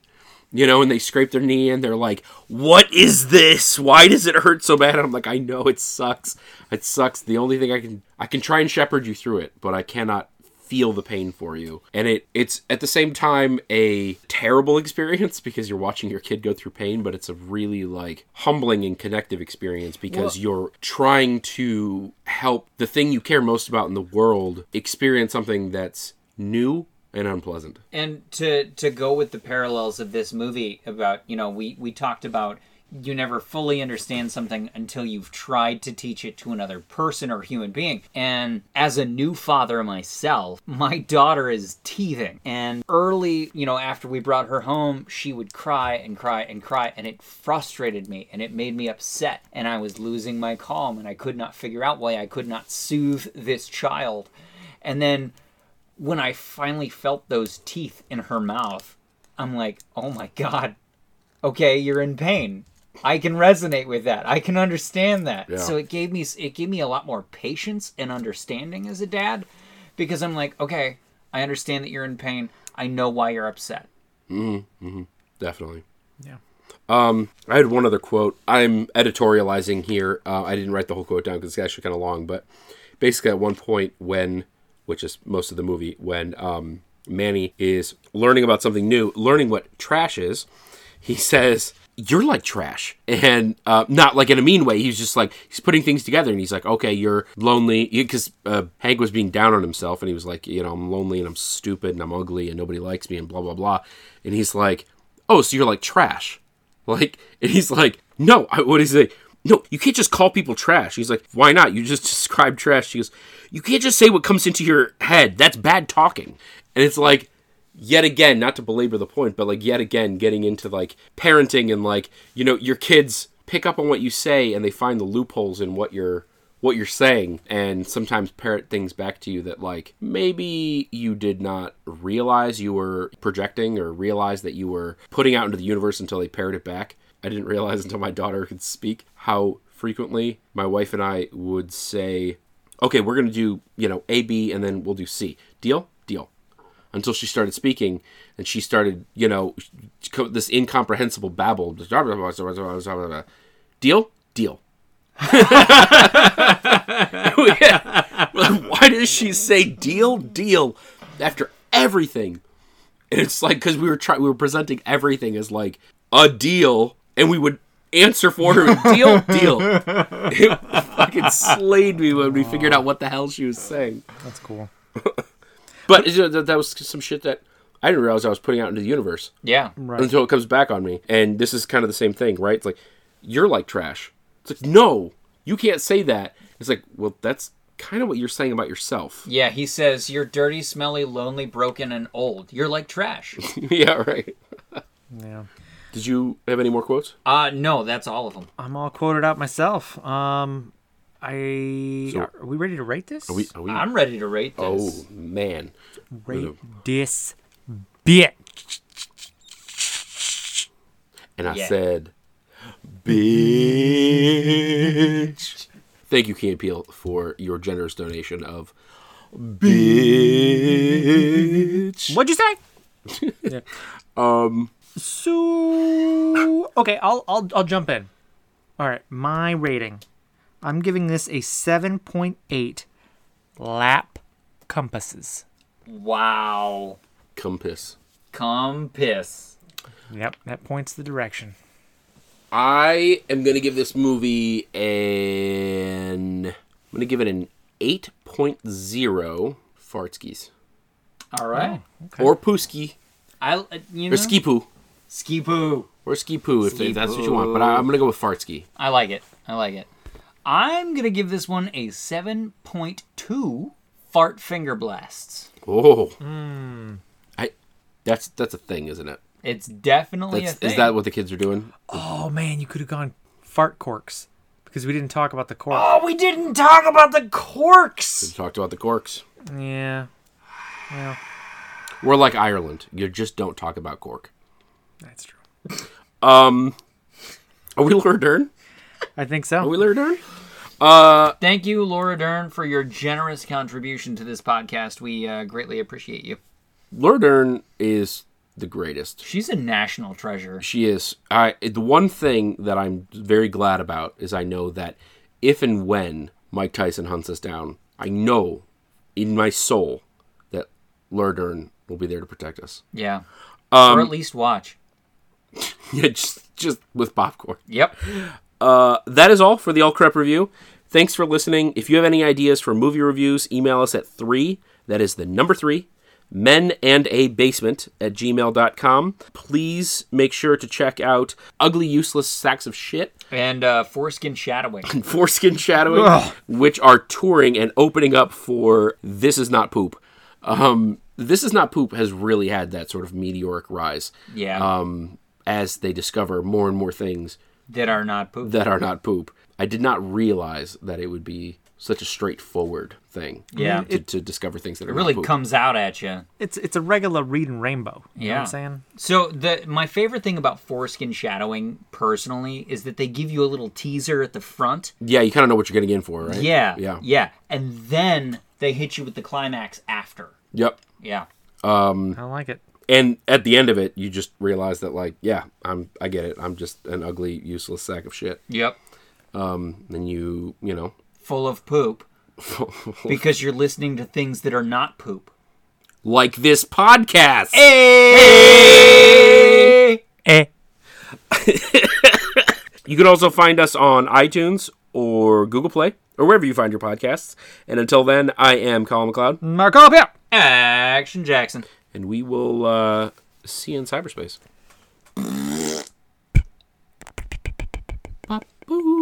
Speaker 1: you know. And they scrape their knee, and they're like, "What is this? Why does it hurt so bad?" And I'm like, "I know it sucks. It sucks. The only thing I can I can try and shepherd you through it, but I cannot." feel the pain for you. And it it's at the same time a terrible experience because you're watching your kid go through pain, but it's a really like humbling and connective experience because you're trying to help the thing you care most about in the world experience something that's new and unpleasant.
Speaker 3: And to to go with the parallels of this movie about, you know, we we talked about you never fully understand something until you've tried to teach it to another person or human being. And as a new father myself, my daughter is teething. And early, you know, after we brought her home, she would cry and cry and cry. And it frustrated me and it made me upset. And I was losing my calm and I could not figure out why I could not soothe this child. And then when I finally felt those teeth in her mouth, I'm like, oh my God, okay, you're in pain. I can resonate with that. I can understand that.
Speaker 1: Yeah.
Speaker 3: So it gave me it gave me a lot more patience and understanding as a dad because I'm like, okay, I understand that you're in pain. I know why you're upset.
Speaker 1: Definitely.
Speaker 4: Yeah.
Speaker 1: Um, I had one other quote. I'm editorializing here. Uh, I didn't write the whole quote down because it's actually kind of long, but basically at one point when, which is most of the movie, when um, Manny is learning about something new, learning what trash is, he says, "You're like trash," and uh, not like in a mean way. He's just like he's putting things together, and he's like, "Okay, you're lonely," because uh, Hank was being down on himself, and he was like, "You know, I'm lonely, and I'm stupid, and I'm ugly, and nobody likes me, and blah blah blah," and he's like, "Oh, so you're like trash." Like, and he's like, no, I, what is it? No, you can't just call people trash. He's like, why not? You just describe trash. She goes, you can't just say what comes into your head. That's bad talking. And it's like, yet again, not to belabor the point, but like, yet again, getting into like parenting and like, you know, your kids pick up on what you say and they find the loopholes in what you're what you're saying and sometimes parrot things back to you that like maybe you did not realize you were projecting or realize that you were putting out into the universe until they parrot it back i didn't realize until my daughter could speak how frequently my wife and i would say okay we're going to do you know a b and then we'll do c deal deal until she started speaking and she started you know co- this incomprehensible babble deal deal why does she say deal deal after everything and it's like because we were trying we were presenting everything as like a deal and we would answer for her with deal deal it fucking slayed me when we figured out what the hell she was saying
Speaker 2: That's cool.
Speaker 1: but you know, that, that was some shit that i didn't realize i was putting out into the universe
Speaker 3: Yeah.
Speaker 1: until it comes back on me. And this is kind of the same thing, right? It's like you're like trash. It's like no, you can't say that. It's like well, that's kind of what you're saying about yourself.
Speaker 3: Yeah, he says you're dirty, smelly, lonely, broken and old. You're like trash.
Speaker 1: yeah, right.
Speaker 4: Yeah.
Speaker 1: Did you have any more quotes?
Speaker 3: uh no, that's all of them.
Speaker 4: I'm all quoted out myself. Um, I
Speaker 1: So-
Speaker 4: are we ready to rate this?
Speaker 1: Are we? Are we
Speaker 3: I'm ready to rate
Speaker 1: oh
Speaker 3: this.
Speaker 1: man,
Speaker 4: rate this bitch.
Speaker 1: and I
Speaker 3: Yeah.
Speaker 1: said, bitch. Thank you, Key and Peele, for your generous donation of bitch.
Speaker 4: What'd you say? Um. So okay, I'll I'll I'll jump in. All right, my rating. I'm giving this a seven point eight lap compasses.
Speaker 3: Wow.
Speaker 1: Compass.
Speaker 3: Come piss.
Speaker 4: Yep, that points the direction.
Speaker 1: I am gonna give this movie an. I'm gonna give it an 8.0 fartskis
Speaker 3: All right.
Speaker 1: or pooski
Speaker 3: I uh, you know
Speaker 1: or ski poo
Speaker 3: ski poo.
Speaker 1: or ski poo if they- that's what you want. But I, I'm gonna go with fartski.
Speaker 3: I like it. I like it. I'm gonna give this one a 7.2 fart finger blasts.
Speaker 1: Oh,
Speaker 3: Hmm.
Speaker 1: I. That's that's a thing, isn't it?
Speaker 3: It's definitely
Speaker 1: That's,
Speaker 3: a thing.
Speaker 1: Is that what the kids are doing?
Speaker 4: Oh man, you could have gone fart corks because we didn't talk about the cork.
Speaker 3: oh, we didn't talk about the corks.
Speaker 1: We talked about the corks.
Speaker 4: Yeah,
Speaker 1: We're like Ireland. You just don't talk about cork.
Speaker 4: that's true.
Speaker 1: Are we Laura Dern?
Speaker 4: I think
Speaker 1: Are we
Speaker 4: so.
Speaker 1: Laura Dern?
Speaker 3: Thank you, Laura Dern, for your generous contribution to this podcast. We uh, greatly appreciate you.
Speaker 1: Laura Dern is the greatest.
Speaker 3: She's a national treasure.
Speaker 1: She is. I the one thing that I'm very glad about is I know that if and when Mike Tyson hunts us down, I know in my soul that Laura Dern will be there to protect us.
Speaker 3: Yeah.
Speaker 1: Um,
Speaker 3: or at least watch.
Speaker 1: Yeah, just just with popcorn.
Speaker 3: Yep.
Speaker 1: that is all for the All Crep Review. Thanks for listening. If you have any ideas for movie reviews, email us at three, that is the number three, men and a basement at gmail.com. Please make sure to check out Ugly Useless Sacks of Shit
Speaker 3: And uh, Foreskin Shadowing.
Speaker 1: and Foreskin Shadowing, which are touring and opening up for This Is Not Poop. Um, this Is Not Poop has really had that sort of meteoric rise
Speaker 3: Yeah.
Speaker 1: um, as they discover more and more things
Speaker 3: that are not poop.
Speaker 1: that are not poop. I did not realize that it would be such a straightforward thing.
Speaker 3: Yeah.
Speaker 1: to, to discover things that are
Speaker 3: it really
Speaker 1: not poop.
Speaker 3: comes out at you.
Speaker 4: It's it's a regular read and rainbow. You know what
Speaker 3: Yeah.
Speaker 4: I'm saying?
Speaker 3: So the my favorite thing about foreskin shadowing personally is that they give you a little teaser at the front.
Speaker 1: Yeah, you kind of know what you're getting in for, right?
Speaker 3: Yeah.
Speaker 1: yeah,
Speaker 3: Yeah. And then they hit you with the climax after.
Speaker 1: yep.
Speaker 3: Yeah.
Speaker 4: I like it.
Speaker 1: And at the end of it, you just realize that, like, yeah, I'm, I get it. I'm just an ugly, useless sack of shit.
Speaker 3: Yep.
Speaker 1: And then you, you know,
Speaker 3: Full of poop. because you're listening to things that are not poop.
Speaker 1: like this podcast.
Speaker 3: Hey!
Speaker 4: Eh.
Speaker 1: You can also find us on iTunes or Google Play or wherever you find your podcasts. And until then, I am Colin McLeod,
Speaker 4: Marco Pio.
Speaker 3: Action Jackson.
Speaker 1: and we will uh, see you in cyberspace. Ba-boo.